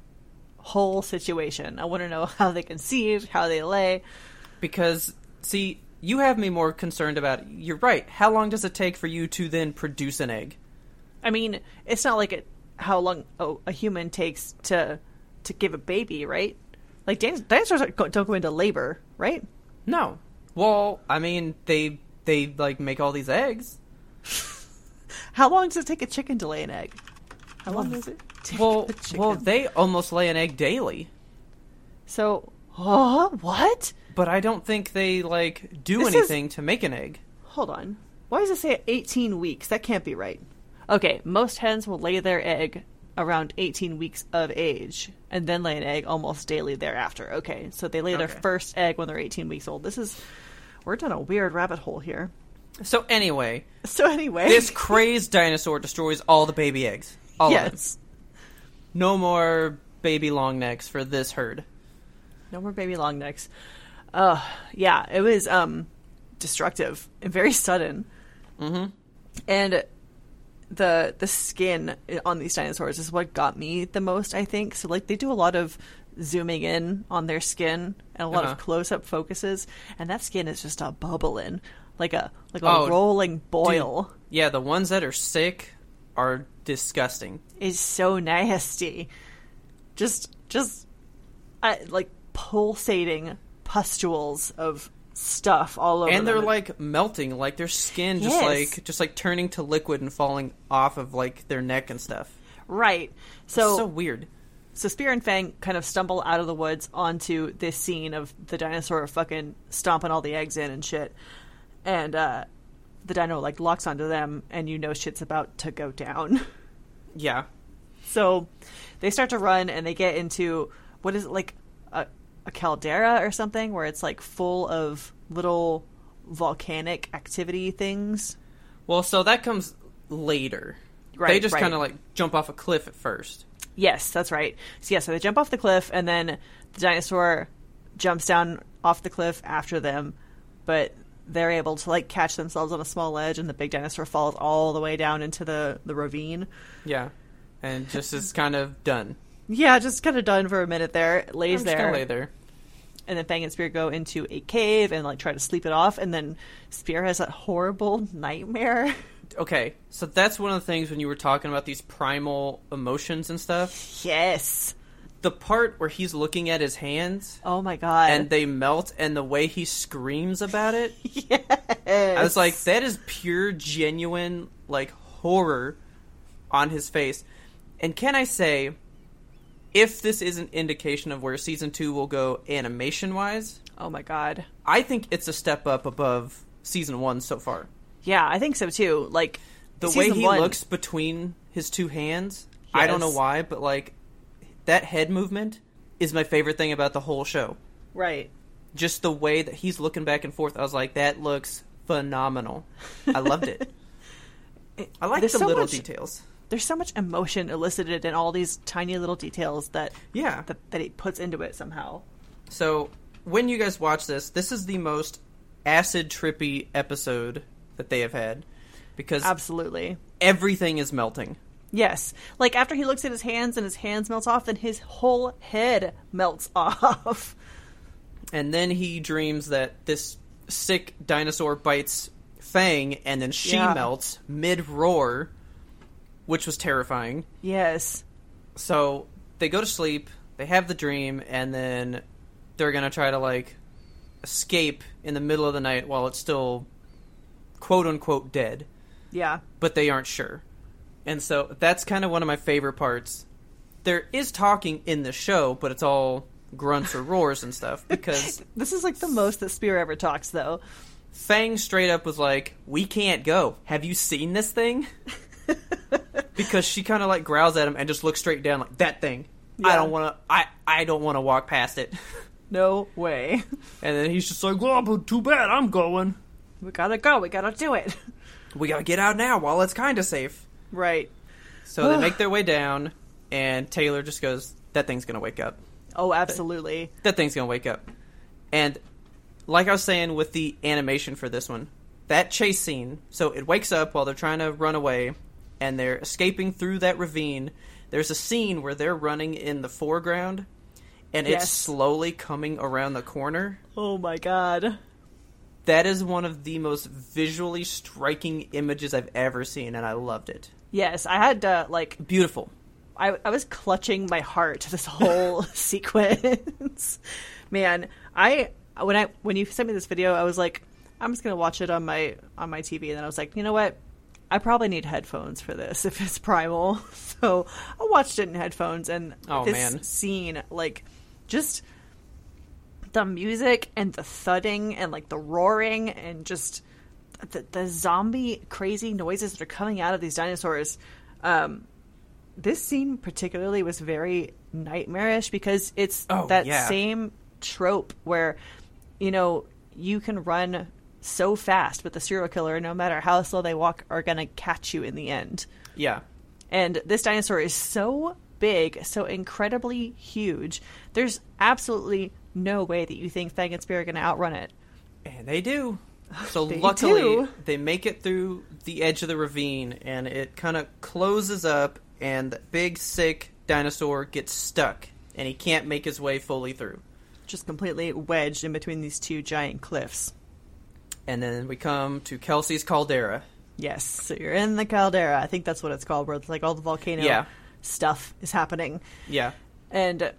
whole situation. I want to know how they conceive, how they lay. because see you have me more concerned about you're right how long does it take for you to then produce an egg I mean, it's not like it, how long a, a human takes to to give a baby, right? Like dinos- dinosaurs don't go- don't go into labor, right? no well i mean they they like make all these eggs How long does it take a chicken to lay an egg? How long does it take well a chicken? well they almost lay an egg daily so, huh? what? but i don't think they like do This is- anything to make an egg Hold on. Why does it say 18 weeks? That can't be right. Okay, most hens will lay their egg around 18 weeks of age and then lay an egg almost daily thereafter. Okay, so they lay Okay. their first egg when they're 18 weeks old. This is. We're down a weird rabbit hole here. so anyway So, anyway. this crazed dinosaur destroys all the baby eggs all of them yes. no more baby long necks for this herd No more baby long necks. Uh, yeah, it was um, destructive and very sudden. Mm-hmm. And the the skin on these dinosaurs is what got me the most, I think. So like they do a lot of zooming in on their skin and a lot Uh-huh. of close up focuses, and that skin is just a bubbling, like a like a Oh, rolling Dude, boil. yeah the ones that are sick are disgusting is so nasty. Just, just uh, like pulsating pustules of stuff all over. and they're them. like melting like their skin just Yes. like just like turning to liquid and falling off of like their neck and stuff right. so, So, weird So Spear and Fang kind of stumble out of the woods onto this scene of the dinosaur fucking stomping all the eggs in and shit. And uh, the dino like locks onto them, and you know shit's about to go down. Yeah. so they start to run, and they get into what is it like a, a caldera or something, where it's like full of little volcanic activity things. Well, so that comes later. they Right, just right. kind of like jump off a cliff at first. Yes, that's right. So yeah, so they jump off the cliff, and then the dinosaur jumps down off the cliff after them, but they're able to like catch themselves on a small ledge, and the big dinosaur falls all the way down into the the ravine. Yeah. And just is kind of done. Yeah, just kind of done for a minute there. Lays I'm just gonna there, lay there. and then Fang and Spear go into a cave and like try to sleep it off, and then Spear has that horrible nightmare. Okay, so that's one of the things when you were talking about these primal emotions and stuff. yes. The part where he's looking at his hands Oh my god. and they melt and the way he screams about it. yes. I was like, that is pure, genuine, like, horror on his face. And can I say, if this is an indication of where season two will go animation wise, oh my god. I think it's a step up above season one so far. Yeah, I think so too. Like The way season he one- looks between his two hands, I don't know Yes. why, but like, that head movement is my favorite thing about the whole show. right. Just the way that he's looking back and forth, I was like, that looks phenomenal. I loved it. I like the There's so little much- details. There's so much emotion elicited in all these tiny little details that Yeah. that, that he puts into it somehow. So when you guys watch this, this is the most acid trippy episode that they have had because Absolutely. everything is melting. Yes. Like after he looks at his hands and his hands melts off, then his whole head melts off. And then he dreams that this sick dinosaur bites Fang and then she Yeah. melts mid roar, which was terrifying. yes. So they go to sleep, they have the dream, and then they're gonna try to like escape in the middle of the night while it's still quote unquote dead. Yeah. but they aren't sure. And so that's kind of one of my favorite parts. There is talking in the show, but it's all grunts or roars and stuff because This is like the most that Spear ever talks though. Fang straight up was like, "We can't go. Have you seen this thing?" because she kind of like growls at him and just looks straight down like, "That thing. I Yeah. don't want to I I don't want to walk past it." No way. And then he's just like, "Well, but too bad. I'm going. we gotta go, we gotta do it. We got to get out now while it's kind of safe." right. So they make their way down and Taylor just goes, "That thing's going to wake up." Oh absolutely. that thing's gonna wake up. And like I was saying with the animation for this one, that chase scene, so it wakes up while they're trying to run away and they're escaping through that ravine. There's a scene where they're running in the foreground and it's Yes. slowly coming around the corner. Oh my god. That is one of the most visually striking images I've ever seen and I loved it. Yes, I had uh, like Beautiful. I, I was clutching my heart this whole sequence. Man, I when I when you sent me this video, I was like, I'm just gonna watch it on my on my TV, and then I was like, you know what? I probably need headphones for this if it's primal. So I watched it in headphones, and Oh, this man. scene, like, just the music and the thudding and like the roaring and just the, the zombie crazy noises that are coming out of these dinosaurs. Um, this scene particularly was very nightmarish because it's Oh, that yeah. same trope where you know you can run so fast but the serial killer no matter how slow they walk are going to catch you in the end Yeah. and this dinosaur is so big so incredibly huge there's absolutely no way that you think fang and spear are going to outrun it And they do. So They luckily, do. they make it through the edge of the ravine, and it kind of closes up, and the big sick dinosaur gets stuck, and he can't make his way fully through. just completely wedged in between these two giant cliffs And then we come to Kelsey's caldera. Yes, so you're in the caldera. I think that's what it's called, where it's like all the volcano Yeah. stuff is happening, Yeah, and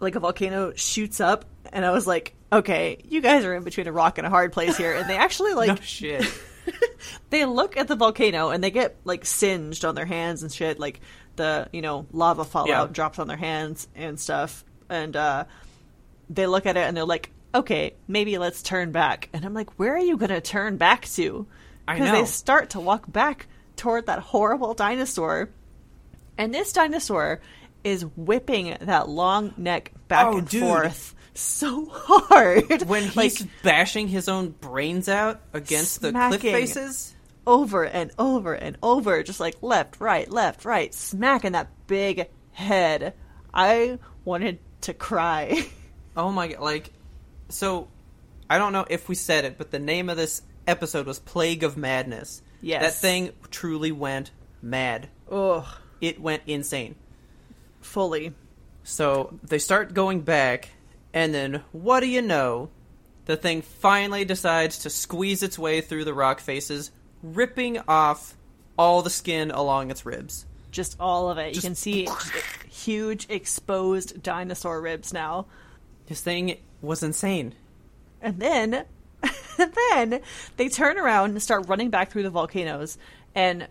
like a volcano shoots up, and I was like, okay, you guys are in between a rock and a hard place here, and they actually like no shit. they look at the volcano and they get like singed on their hands and shit like the you know lava fallout Yeah. drops on their hands and stuff and uh they look at it and they're like okay maybe let's turn back and i'm like where are you gonna turn back to I they know. start to walk back toward that horrible dinosaur and this dinosaur is whipping that long neck back Oh, and dude. forth so hard when like, he's bashing his own brains out against the cliff Smacking. faces. over and over and over, just like left, right, left, right, smacking that big head. I wanted to cry. Oh my god! Like, so I don't know if we said it, but the name of this episode was "Plague of Madness." Yes. that thing truly went mad. Ugh, It went insane. fully. So they start going back, and then what do you know? The thing finally decides to squeeze its way through the rock faces, ripping off all the skin along its ribs. Just all of it. Just- you can see huge exposed dinosaur ribs now. This thing was insane. And then, and then they turn around and start running back through the volcanoes. And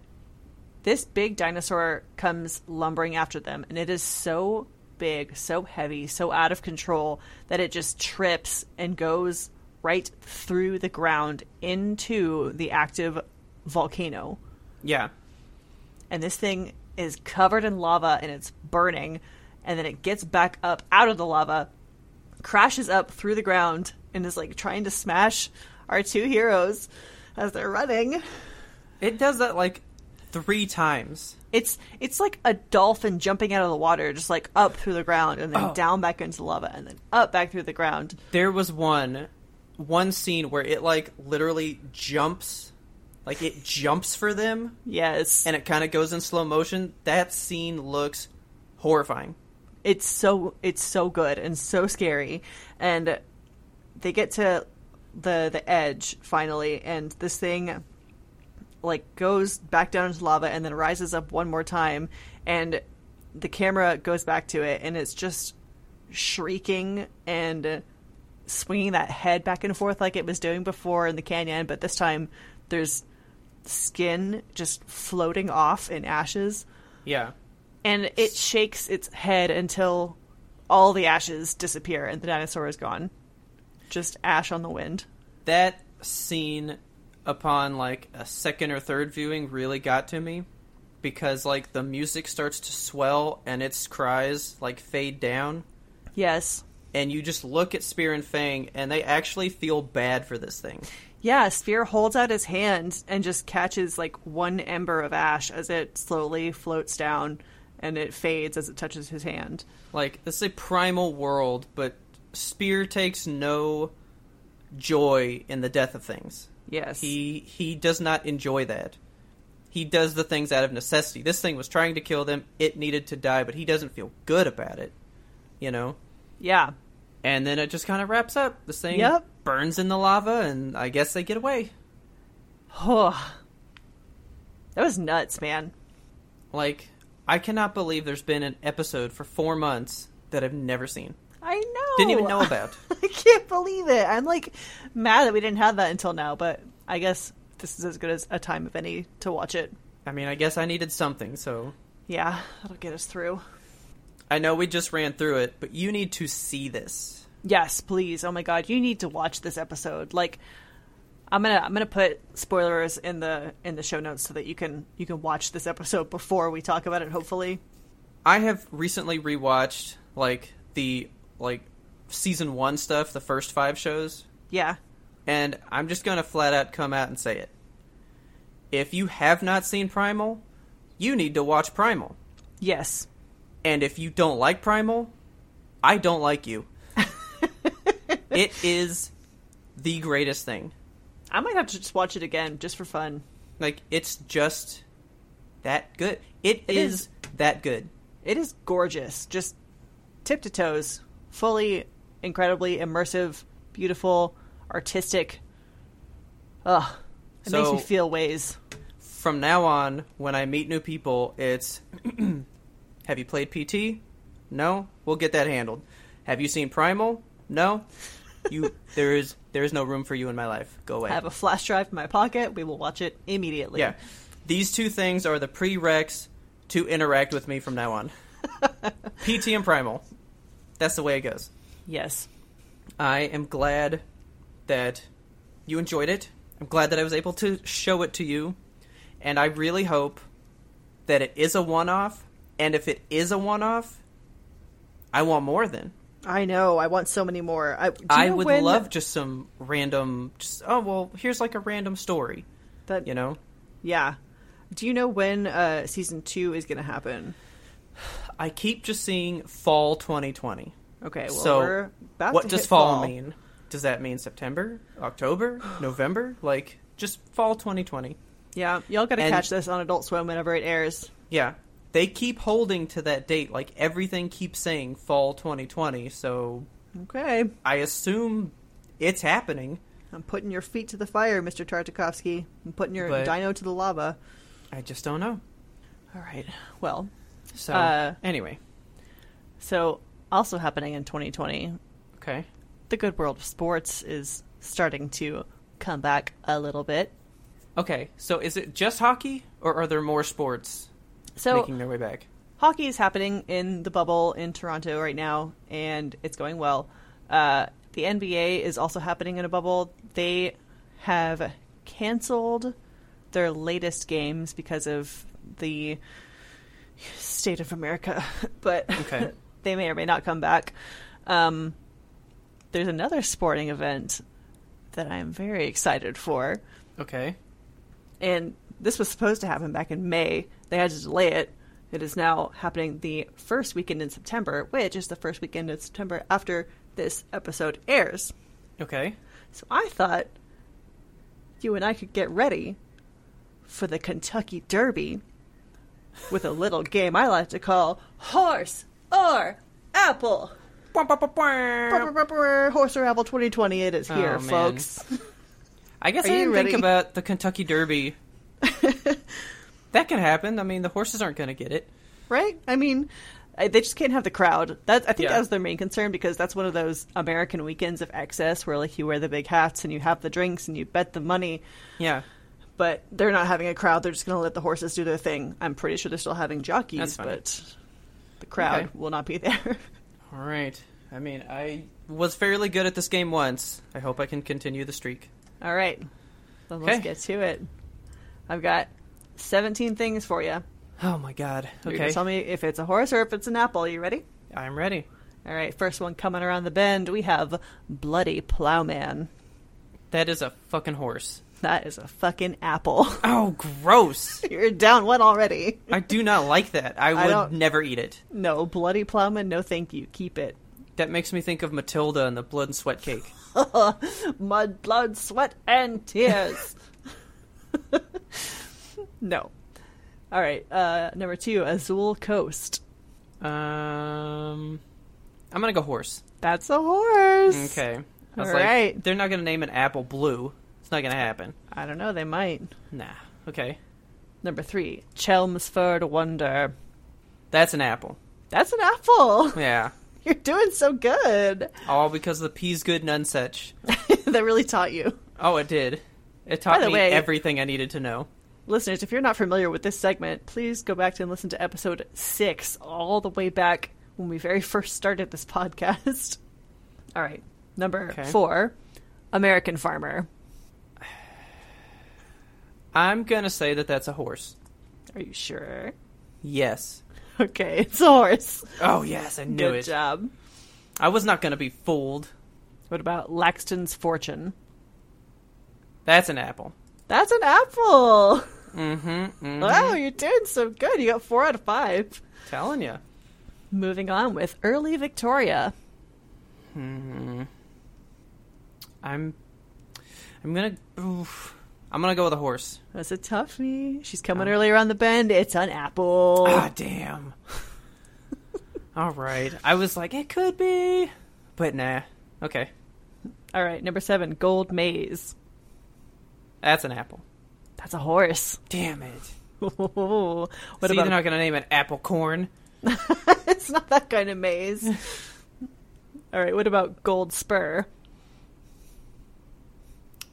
this big dinosaur comes lumbering after them. And it is so big, so heavy, so out of control that it just trips and goes right through the ground into the active volcano. Yeah. And this thing is covered in lava and it's burning. And then it gets back up out of the lava, crashes up through the ground and is like trying to smash our two heroes as they're running. It does that like three times. It's it's like a dolphin jumping out of the water, just like up through the ground and then down back into lava and then up back through the ground. There was one one scene where it like literally jumps like it jumps for them Yes. and it kind of goes in slow motion. That scene looks horrifying. it's so it's so good and so scary and they get to the the edge finally and this thing like goes back down into lava and then rises up one more time and the camera goes back to it and it's just shrieking and swinging that head back and forth like it was doing before in the canyon but this time there's skin just floating off in ashes Yeah. and it shakes its head until all the ashes disappear and the dinosaur is gone. Just ash on the wind. that scene upon like a second or third viewing really got to me because like the music starts to swell and its cries like fade down Yes. and you just look at Spear and Fang and they actually feel bad for this thing. Yeah, Sphere holds out his hand and just catches like one ember of ash as it slowly floats down and it fades as it touches his hand. Like this is a primal world, but Spear takes no joy in the death of things. Yes. He he does not enjoy that. He does the things out of necessity. This thing was trying to kill them. It needed to die, but he doesn't feel good about it. You know? Yeah. And then it just kind of wraps up. This thing Yep. burns in the lava, and I guess they get away. Oh. That was nuts, man. Like, I cannot believe there's been an episode for four months that I've never seen. I know. Didn't even know about. I can't believe it. I'm like mad that we didn't have that until now, but I guess this is as good as a time of any to watch it. I mean, I guess I needed something, so. Yeah, that'll get us through. I know we just ran through it, but you need to see this. Yes, please. Oh my god, you need to watch this episode. Like I'm going to I'm going to put spoilers in the in the show notes so that you can you can watch this episode before we talk about it hopefully. I have recently rewatched, like, the, like, season one stuff, the first five shows, Yeah. and I'm just gonna flat out come out and say it. If you have not seen Primal, you need to watch Primal. Yes. And if you don't like Primal, I don't like you. it is the greatest thing. I might have to just watch it again just for fun. Like it's just that good. it It is, is. that good. It is gorgeous. Just tip to toes, fully incredibly immersive, beautiful, artistic. Ugh. It So- makes me feel ways. From now on, when I meet new people, it's Have you played PT? No? We'll get that handled. Have you seen Primal? No? You there is there is no room for you in my life. Go away. I have a flash drive in my pocket. We will watch it immediately. yeah. These two things are the prereqs to interact with me from now on. PT and Primal. That's the way it goes. Yes. I am glad that you enjoyed it. I'm glad that I was able to show it to you. And I really hope that it is a one off. And if it is a one off, I want more then. I know. I want so many more. I, do you I know would when love just some random, just, oh, well, here's like a random story, that. you know? Yeah. Do you know when uh, season two is going to happen? I keep just seeing fall 2020. Okay. Well, so, we're about what to does hit fall, mean? Does that mean September, October, November? Like, just fall 2020. Yeah, y'all got to And- catch this on Adult Swim whenever it airs. Yeah. They keep holding to that date. Like, everything keeps saying fall 2020. So, Okay. I assume it's happening. I'm putting your feet to the fire, Mr. Tartakovsky. I'm putting your But- dino to the lava. I just don't know. All right. Well, So, Uh, anyway. so also happening in 2020, Okay. the good world of sports is starting to come back a little bit. Okay. So, is it just hockey, or are there more sports So making their way back? hockey is happening in the bubble in Toronto right now, and it's going well. Uh, the NBA is also happening in a bubble. They have canceled their latest games because of the state of America, but Okay. they may or may not come back. Um, there's another sporting event that I am very excited for Okay. and this was supposed to happen back in May. They had to delay it. It is now happening the first weekend in September, which is the first weekend in September after this episode airs. Okay. So I thought you and I could get ready for the Kentucky Derby with a little game I like to call Horse or Apple. Horse or Apple 2020, it is here, Oh, man. folks. I guess Are I you didn't ready? think about the Kentucky Derby. that can happen. I mean, the horses aren't going to get it. right? I mean, I- they just can't have the crowd. That I think Yeah. that was their main concern because that's one of those American weekends of excess where like you wear the big hats and you have the drinks and you bet the money, Yeah, but they're not having a crowd. They're just going to let the horses do their thing. I'm pretty sure they're still having jockeys, That's fine. but the crowd Okay. will not be there. All right. I mean, I was fairly good at this game once. I hope I can continue the streak. All right, then let's Okay. get to it. I've got 17 things for you. Oh my god. Okay, Okay. tell me if it's a horse or if it's an apple. You ready? I'm ready. All right, first one coming around the bend. We have Bloody Plowman. That is a fucking horse. That is a fucking apple. Oh, gross. You're down one already. I do not like that. I would don't- never eat it. No, bloody plowman, no thank you. Keep it. That makes me think of Matilda and the blood and sweat cake. Mud, blood, sweat, and tears. no. All right, uh, number two, Azul Coast. Um I'm going to go horse. That's a horse. Okay. I was All like, right. they're not going to name an apple blue. It's not going to happen. I don't know, they might. Nah. Okay. Number three, Chelmsford Wonder. That's an apple. That's an apple. Yeah. You're doing so good. All because the peas good none such. that really taught you. Oh, it did. It taught the me way- everything I needed to know. Listeners, if you're not familiar with this segment, please go back and listen to episode six, all the way back when we very first started this podcast. All right, number Okay. four American Farmer. I'm gonna say that that's a horse. Are you sure? Yes. Okay, it's a horse. Oh yes, I knew Good it. job. I was not gonna be fooled. What about Laxton's Fortune? That's an apple. That's an apple. Mm-hmm. mm Wow, you're doing so good. You got four out of five. Telling you. Moving on with Early Victoria. I'm. I'm gonna. Oof. I'm gonna go with a horse. That's a toughie. She's Oh. coming early around the bend. It's an apple. Ah, damn. All right. I was like, it could be, but nah. Okay, All right, number seven, Gold Maze. that's an apple. That's a horse. Damn it. what But See, about? they're not gonna name it apple corn. it's not that kind of maze. All right, what about Gold Spur?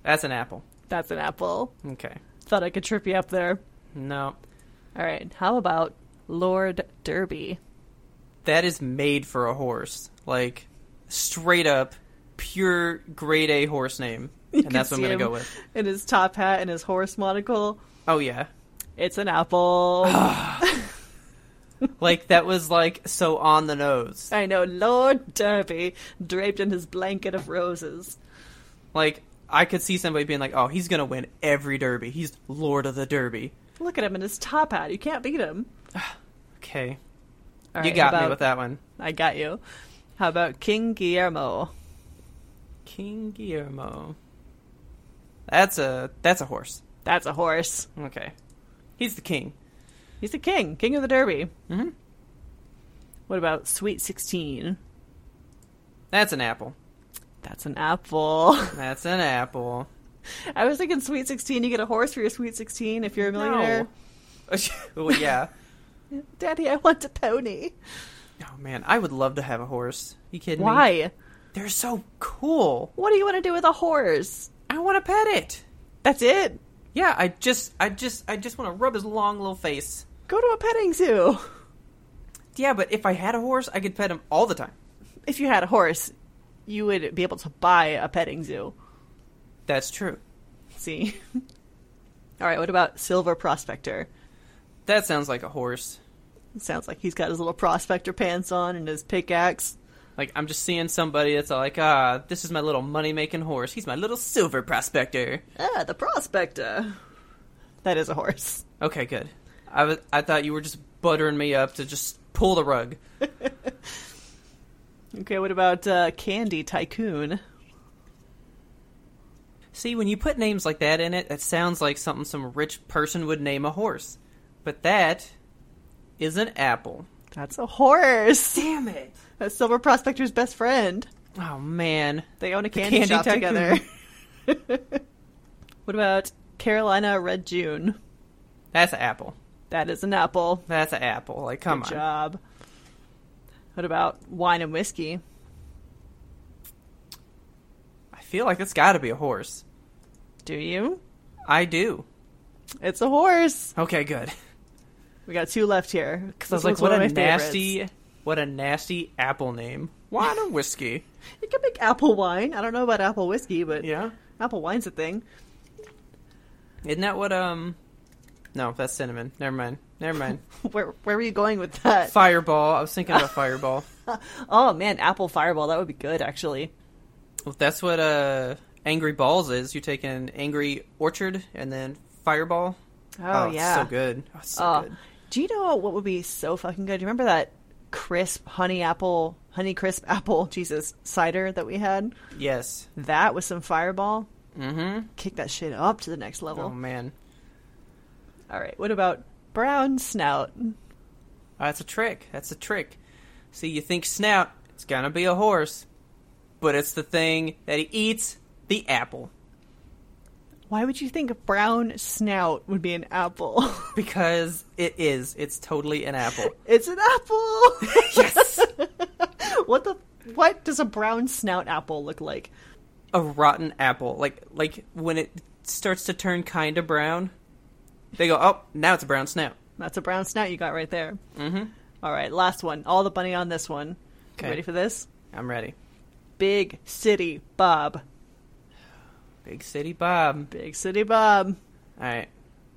That's an apple. That's an apple. Okay. Thought I could trip you up there. No. All right. How about Lord Derby? That is made for a horse. Like, straight up, pure grade A horse name. You and that's can what see I'm going to go him with. In his top hat and his horse monocle. Oh, yeah. It's an apple. Ah. Like, that was, like, so on the nose. I know, Lord Derby, draped in his blanket of roses. Like, I could see somebody being like, oh, he's going to win every derby. He's Lord of the Derby. Look at him in his top hat. You can't beat him. Okay. All you right, got how me about- with that one. I got you. How about King Guillermo? King Guillermo. That's a that's a horse. That's a horse. Okay. He's the king. He's the king, king of the Derby. Mhm. What about Sweet 16? That's an apple. That's an apple. That's an apple. I was thinking Sweet 16, you get a horse for your Sweet 16 if you're a millionaire. No. well, yeah. Daddy, I want a pony. Oh man, I would love to have a horse. You kidding me? Why? They're so cool. What do you want to do with a horse? I want to pet it. That's it. Yeah, I just I just I just want to rub his long little face. Go to a petting zoo. Yeah, but if I had a horse, I could pet him all the time. If you had a horse, you would be able to buy a petting zoo. That's true. See? All right, what about Silver Prospector? That sounds like a horse. Sounds like he's got his little prospector pants on and his pickaxe. Like I'm just seeing somebody that's like, ah, this is my little money making horse. He's my little silver prospector. Ah, the prospector. That is a horse. Okay, good. I was, I thought you were just buttering me up to just pull the rug. Okay, what about uh, Candy Tycoon? See, when you put names like that in it, that sounds like something some rich person would name a horse. But that is an apple. That's a horse. Damn it. That's Silver Prospector's best friend. Oh man. They own a The candy, Candy shop Tycoon. together. what about Carolina Red June? That's an apple. That is an apple. That's an apple. Like come Good on. job. What about wine and whiskey? I feel like it's got to be a horse. Do you? I do. It's a horse. Okay, good. We got two left here. Cuz I was like what a nasty what a nasty apple name. Wine and whiskey. You can make apple wine. I don't know about apple whiskey, but Yeah. apple wine's a thing. Isn't that what um No, that's cinnamon. Never mind. Never mind. Where where were you going with that? Fireball. I was thinking about Fireball. Oh man, apple fireball. That would be good actually. Well, that's what uh, Angry Balls is. You take an Angry Orchard and then Fireball. Oh, it's yeah. so good. Oh, it's so Oh, good. do you know what would be so fucking good? Do you remember that crisp honey apple, honey crisp apple, Jesus cider that we had? Yes. That with some fireball, Mm-hmm. kick that shit up to the next Oh level. man, All right, what about brown snout? oh, that's a trick. That's a trick. See, you think snout, it's gonna be a horse, but it's the thing that he eats, the apple, Why would you think brown snout would be an apple? because it is. It's totally an apple. it's an apple. yes. what the? What does a brown snout apple look like? A rotten apple, like like when it starts to turn kind of brown, they go, oh, now it's a brown snout. That's a brown snout you got right there. Mm-hmm. All right, last one. All the bunny on this one. You Okay. Ready for this? I'm ready. Big City Bob. Big City Bob. Big City Bob. All right,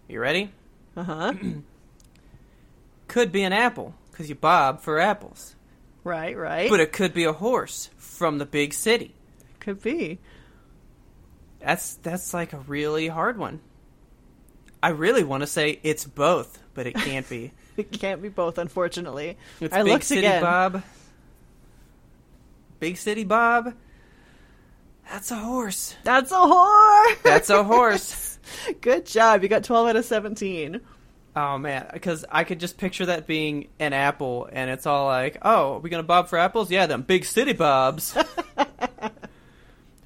you ready? Uh huh. Could be an apple, because you bob for apples. right, right. But it could be a horse from the big city. could be. That's that's like a really hard one. I really want to say it's both, but it can't be. It can't be both, unfortunately. It's I big looked city again. Bob. Big city Bob. That's a horse. That's a whore. That's a horse. Good job. You got twelve out of seventeen. oh man, because I could just picture that being an apple, and it's all like, "Oh, are we gonna bob for apples? Yeah, them big city bobs."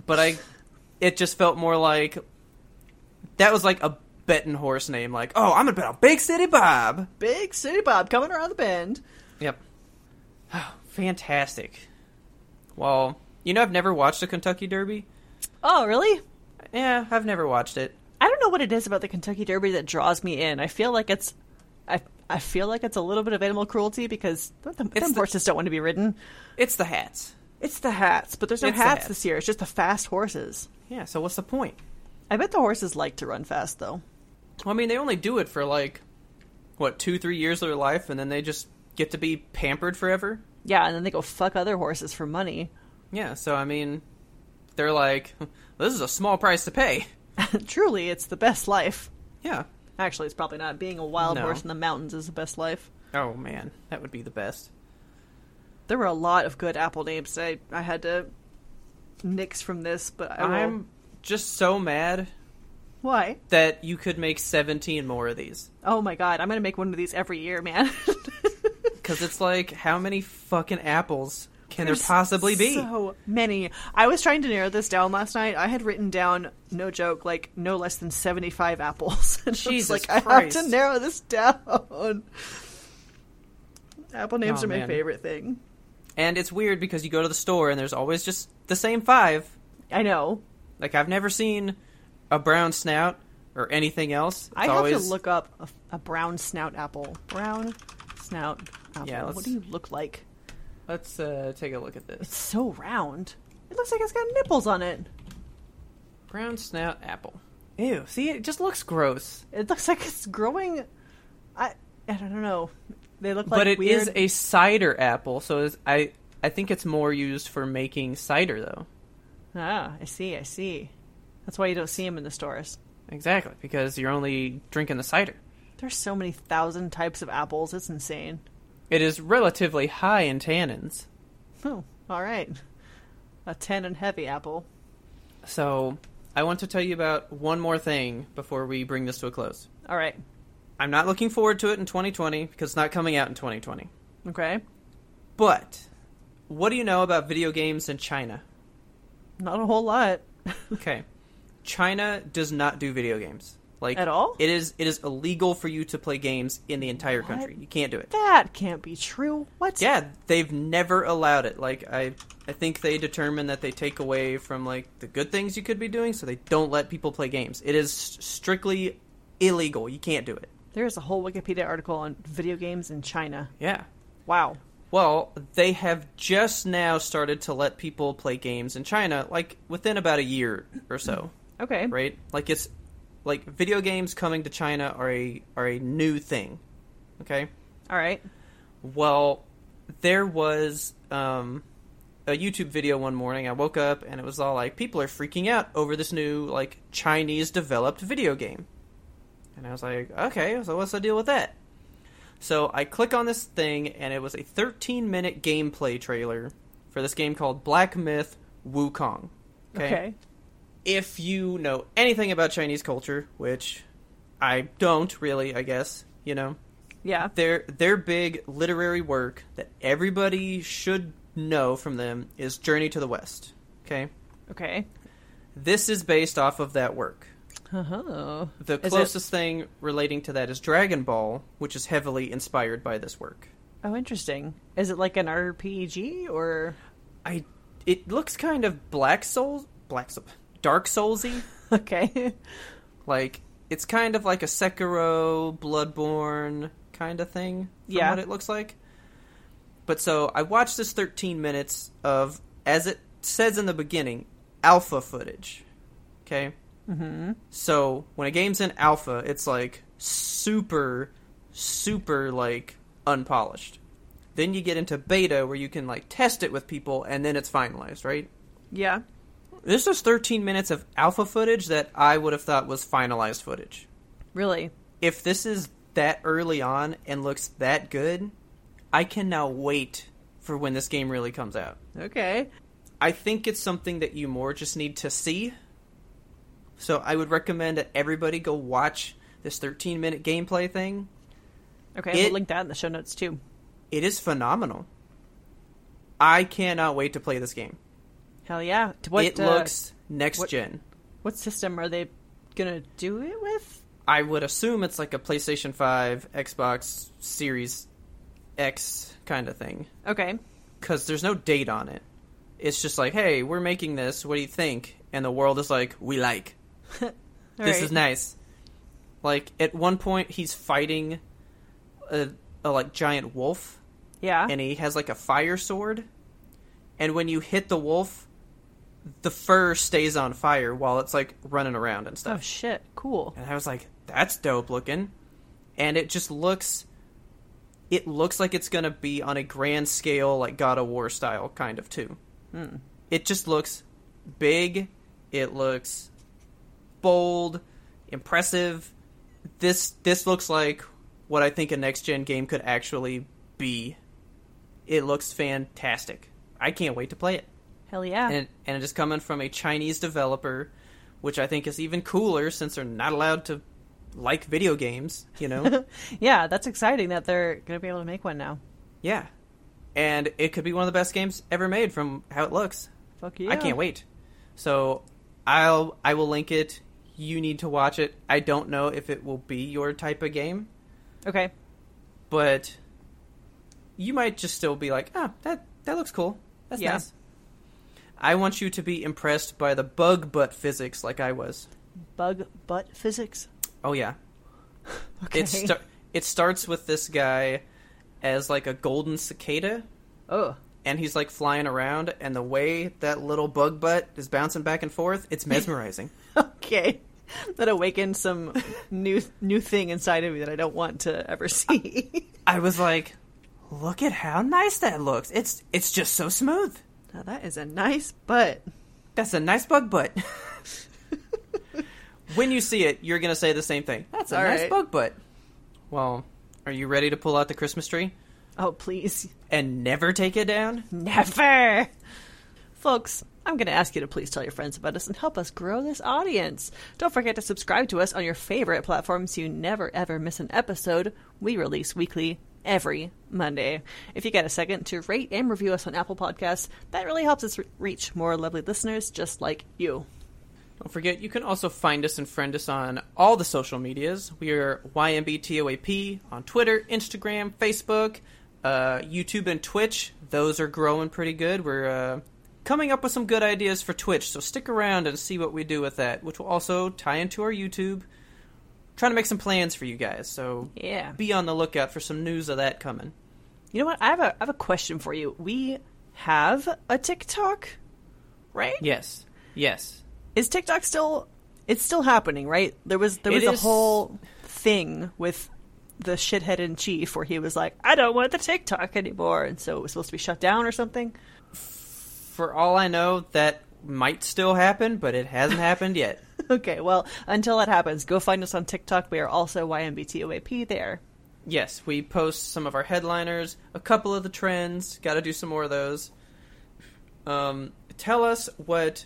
but I, it just felt more like that was like a betting horse name. Like, "Oh, I'm gonna bet on big city bob." Big City Bob coming around the bend. Yep. fantastic. Well, you know, I've never watched a Kentucky Derby. Oh, really? Yeah, I've never watched it. I don't know what it is about the Kentucky Derby that draws me in. I feel like it's, I I feel like it's a little bit of animal cruelty because the, them It's the- horses don't want to be ridden. It's the hats. It's the hats, but there's no It's the hats, hats. this year. It's just the fast horses. Yeah, so what's the point? I bet the horses like to run fast though. Well, I mean, they only do it for like what two, three years of their life, and then they just get to be pampered forever. Yeah, and then they go fuck other horses for money. Yeah, so I mean, they're like, this is a small price to pay. Truly, it's the best life. Yeah. Actually, it's probably not. Being a wild No. horse in the mountains is the best life. Oh man, that would be the best. There were a lot of good apple names. I, I had to nix from this, but I will- I'm just so mad why? that you could make 17 more of these. Oh my god, I'm gonna make one of these every year, man. Because it's like, how many fucking apples can There's there possibly be? so many. I was trying to narrow this down last night. I had written down, no joke, like no less than 75 apples. And I was Jesus like I have Christ. to narrow this down. Apple names Oh, are my man. favorite thing. And it's weird because you go to the store and there's always just the same five. I know. Like, I've never seen a brown snout or anything else. It's I have always... to look up a, a brown snout apple. Brown snout apple. Yeah, let's- what do you look like? Let's uh, take a look at this. It's so round. It looks like it's got nipples on it. Brown snout apple. Ew, see, it just looks gross. It looks like it's growing. I I don't know. They look like but it is weird. a cider apple, so it's, I I think it's more used for making cider though. Ah, I see. I see. That's why you don't see them in the stores. Exactly, because you're only drinking the cider. There's so many thousand types of apples. It's insane. It is relatively high in tannins. Oh, all right. A ten and heavy apple. So, I want to tell you about one more thing before we bring this to a close. All right. I'm not looking forward to it in 2020 because it's not coming out in 2020. Okay. But what do you know about video games in China? Not a whole lot. Okay. China does not do video games. Like At all? It is it is illegal for you to play games in the entire What? country. You can't do it. That can't be true. What? Yeah, they've never allowed it. Like I I think they determine that they take away from like the good things you could be doing, so they don't let people play games. It is s- strictly illegal. You can't do it. There's a whole Wikipedia article on video games in China. Yeah. Wow. Well, they have just now started to let people play games in China like within about a year or so. Okay. right? Like it's like video games coming to China are a are a new thing. Okay? All right. Well, there was um a YouTube video one morning. I woke up and it was all like people are freaking out over this new like Chinese developed video game. And I was like, "Okay, so what's the deal with that?" So I click on this thing and it was a 13-minute gameplay trailer for this game called Black Myth Wukong. Okay. if you know anything about Chinese culture, which I don't really, I guess, you know, Yeah. their their big literary work that everybody should know from them is Journey to the West. Okay? Okay. This is based off of that work. Uh-huh. The Is it- closest thing relating to that is Dragon Ball, which is heavily inspired by this work. Oh, interesting. Is it like an RPG or I it looks kind of Black Souls, Black Souls, Dark Soulsy. okay? Like it's kind of like a Sekiro, Bloodborne kind of thing. From Yeah. what it looks like. But so I watched this 13 minutes of, as it says in the beginning, alpha footage. Okay. Mm-hmm. So when a game's in alpha, it's like super, super like unpolished. Then you get into beta where you can like test it with people, and then it's finalized, right? yeah. This is 13 minutes of alpha footage that I would have thought was finalized footage. Really? If this is that early on and looks that good, I cannot wait for when this game really comes out. Okay. I think it's something that you more just need to see. So I would recommend that everybody go watch this 13 minute gameplay thing. Okay, It- we'll link that in the show notes too. It is phenomenal. I cannot wait to play this game. Hell yeah. To What, it uh, looks next what- gen. What system are they gonna do it with? I would assume it's like a PlayStation 5, Xbox Series X kind of thing. Okay. Because there's no date on it. It's just like, hey, we're making this. What do you think? And the world is like, we like. this Right. is nice. Like at one point, he's fighting a, a like giant wolf, Yeah. and he has like a fire sword. And when you hit the wolf, the fur stays on fire while it's like running around and oh stuff. shit! Cool. and I was like, "That's dope looking," and it just looks. It looks like it's gonna be on a grand scale, like God of War style, kind of too. It just looks big. It looks bold, impressive. This this looks like what I think a next gen game could actually be. It looks fantastic. I can't wait to play it Hell yeah. and and it is coming from a Chinese developer, which I think is even cooler since they're not allowed to like video games, you know? yeah, that's exciting that they're gonna be able to make one now. yeah. And it could be one of the best games ever made from how it looks. Fuck you. I can't wait. So I'll I will link it. You need to watch it. I don't know if it will be your type of game, Okay. but you might just still be like, "Ah, that that looks cool. That's Yeah. nice." I want you to be impressed by the bug butt physics like I was. Bug butt physics. Oh yeah. Okay. It sta- it starts with this guy as like a golden cicada, oh. and he's like flying around, and the way that little bug butt is bouncing back and forth, it's mesmerizing. Okay. That awakened some new new thing inside of me that I don't want to ever see. I was like, look at how nice that looks. It's it's just so smooth. now that is a nice butt. That's a nice bug butt. when you see it, you're gonna say the same thing. That's a All nice right. bug butt. Well, are you ready to pull out the Christmas tree Oh please. and never take it down? Never. Folks, I'm going to ask you to please tell your friends about us and help us grow this audience. Don't forget to subscribe to us on your favorite platform so you never ever miss an episode. We release weekly every Monday. If you get a second to rate and review us on Apple Podcasts, that really helps us re- reach more lovely listeners just like you. Don't forget, you can also find us and friend us on all the social medias. We are YMBTOAP on Twitter, Instagram, Facebook, uh, YouTube, and Twitch. Those are growing pretty good. We're uh, coming up with some good ideas for Twitch, so stick around and see what we do with that, which will also tie into our YouTube. Trying to make some plans for you guys, so Yeah. be on the lookout for some news of that coming. You know what? I have a I have a question for you. We have a TikTok, right? Yes, yes. is TikTok still? It's still happening, right? There was there was It a is- whole thing with the shithead in chief where he was like, "I don't want the TikTok anymore," and so it was supposed to be shut down or something. For all I know, that might still happen, but it hasn't happened yet. okay, well, until that happens, go find us on TikTok. We are also YMBTOAP there. Yes, we post some of our headliners, a couple of the trends. Got to do some more of those. Um, tell us what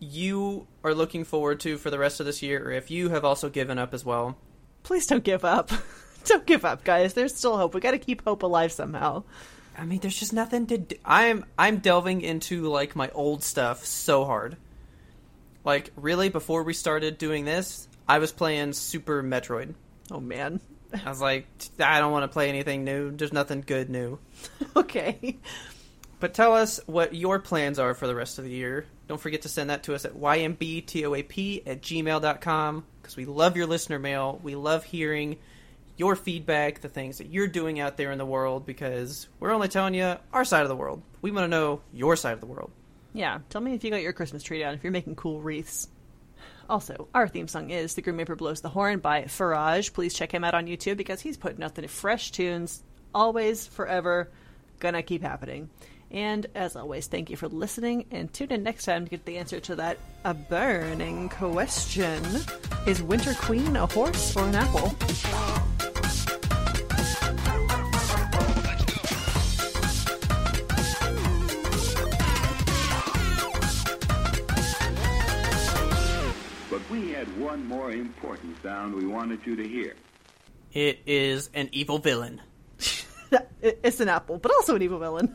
you are looking forward to for the rest of this year, or if you have also given up as well. Please don't give up. don't give up, guys. There's still hope. We got to keep hope alive somehow. I mean, there's just nothing to. Do. I'm I'm delving into like my old stuff so hard. Like really, before we started doing this, I was playing Super Metroid. Oh man. I was like, I don't want to play anything new. There's nothing good new. okay. But tell us what your plans are for the rest of the year. Don't forget to send that to us at ymbtoap at gmail.com because we love your listener mail. We love hearing your feedback, the things that you're doing out there in the world because we're only telling you our side of the world. We want to know your side of the world. Yeah, tell me if you got your Christmas tree down, if you're making cool wreaths. Also, our theme song is The Grim Reaper Blows the Horn by Faraj. Please check him out on YouTube because he's putting out the fresh tunes, always, forever, gonna keep happening. And as always, thank you for listening and tune in next time to get the answer to that a burning question. Is Winter Queen a horse or an apple? But we had one more important sound we wanted you to hear. It is an evil villain. It- it's an apple, but also an evil villain.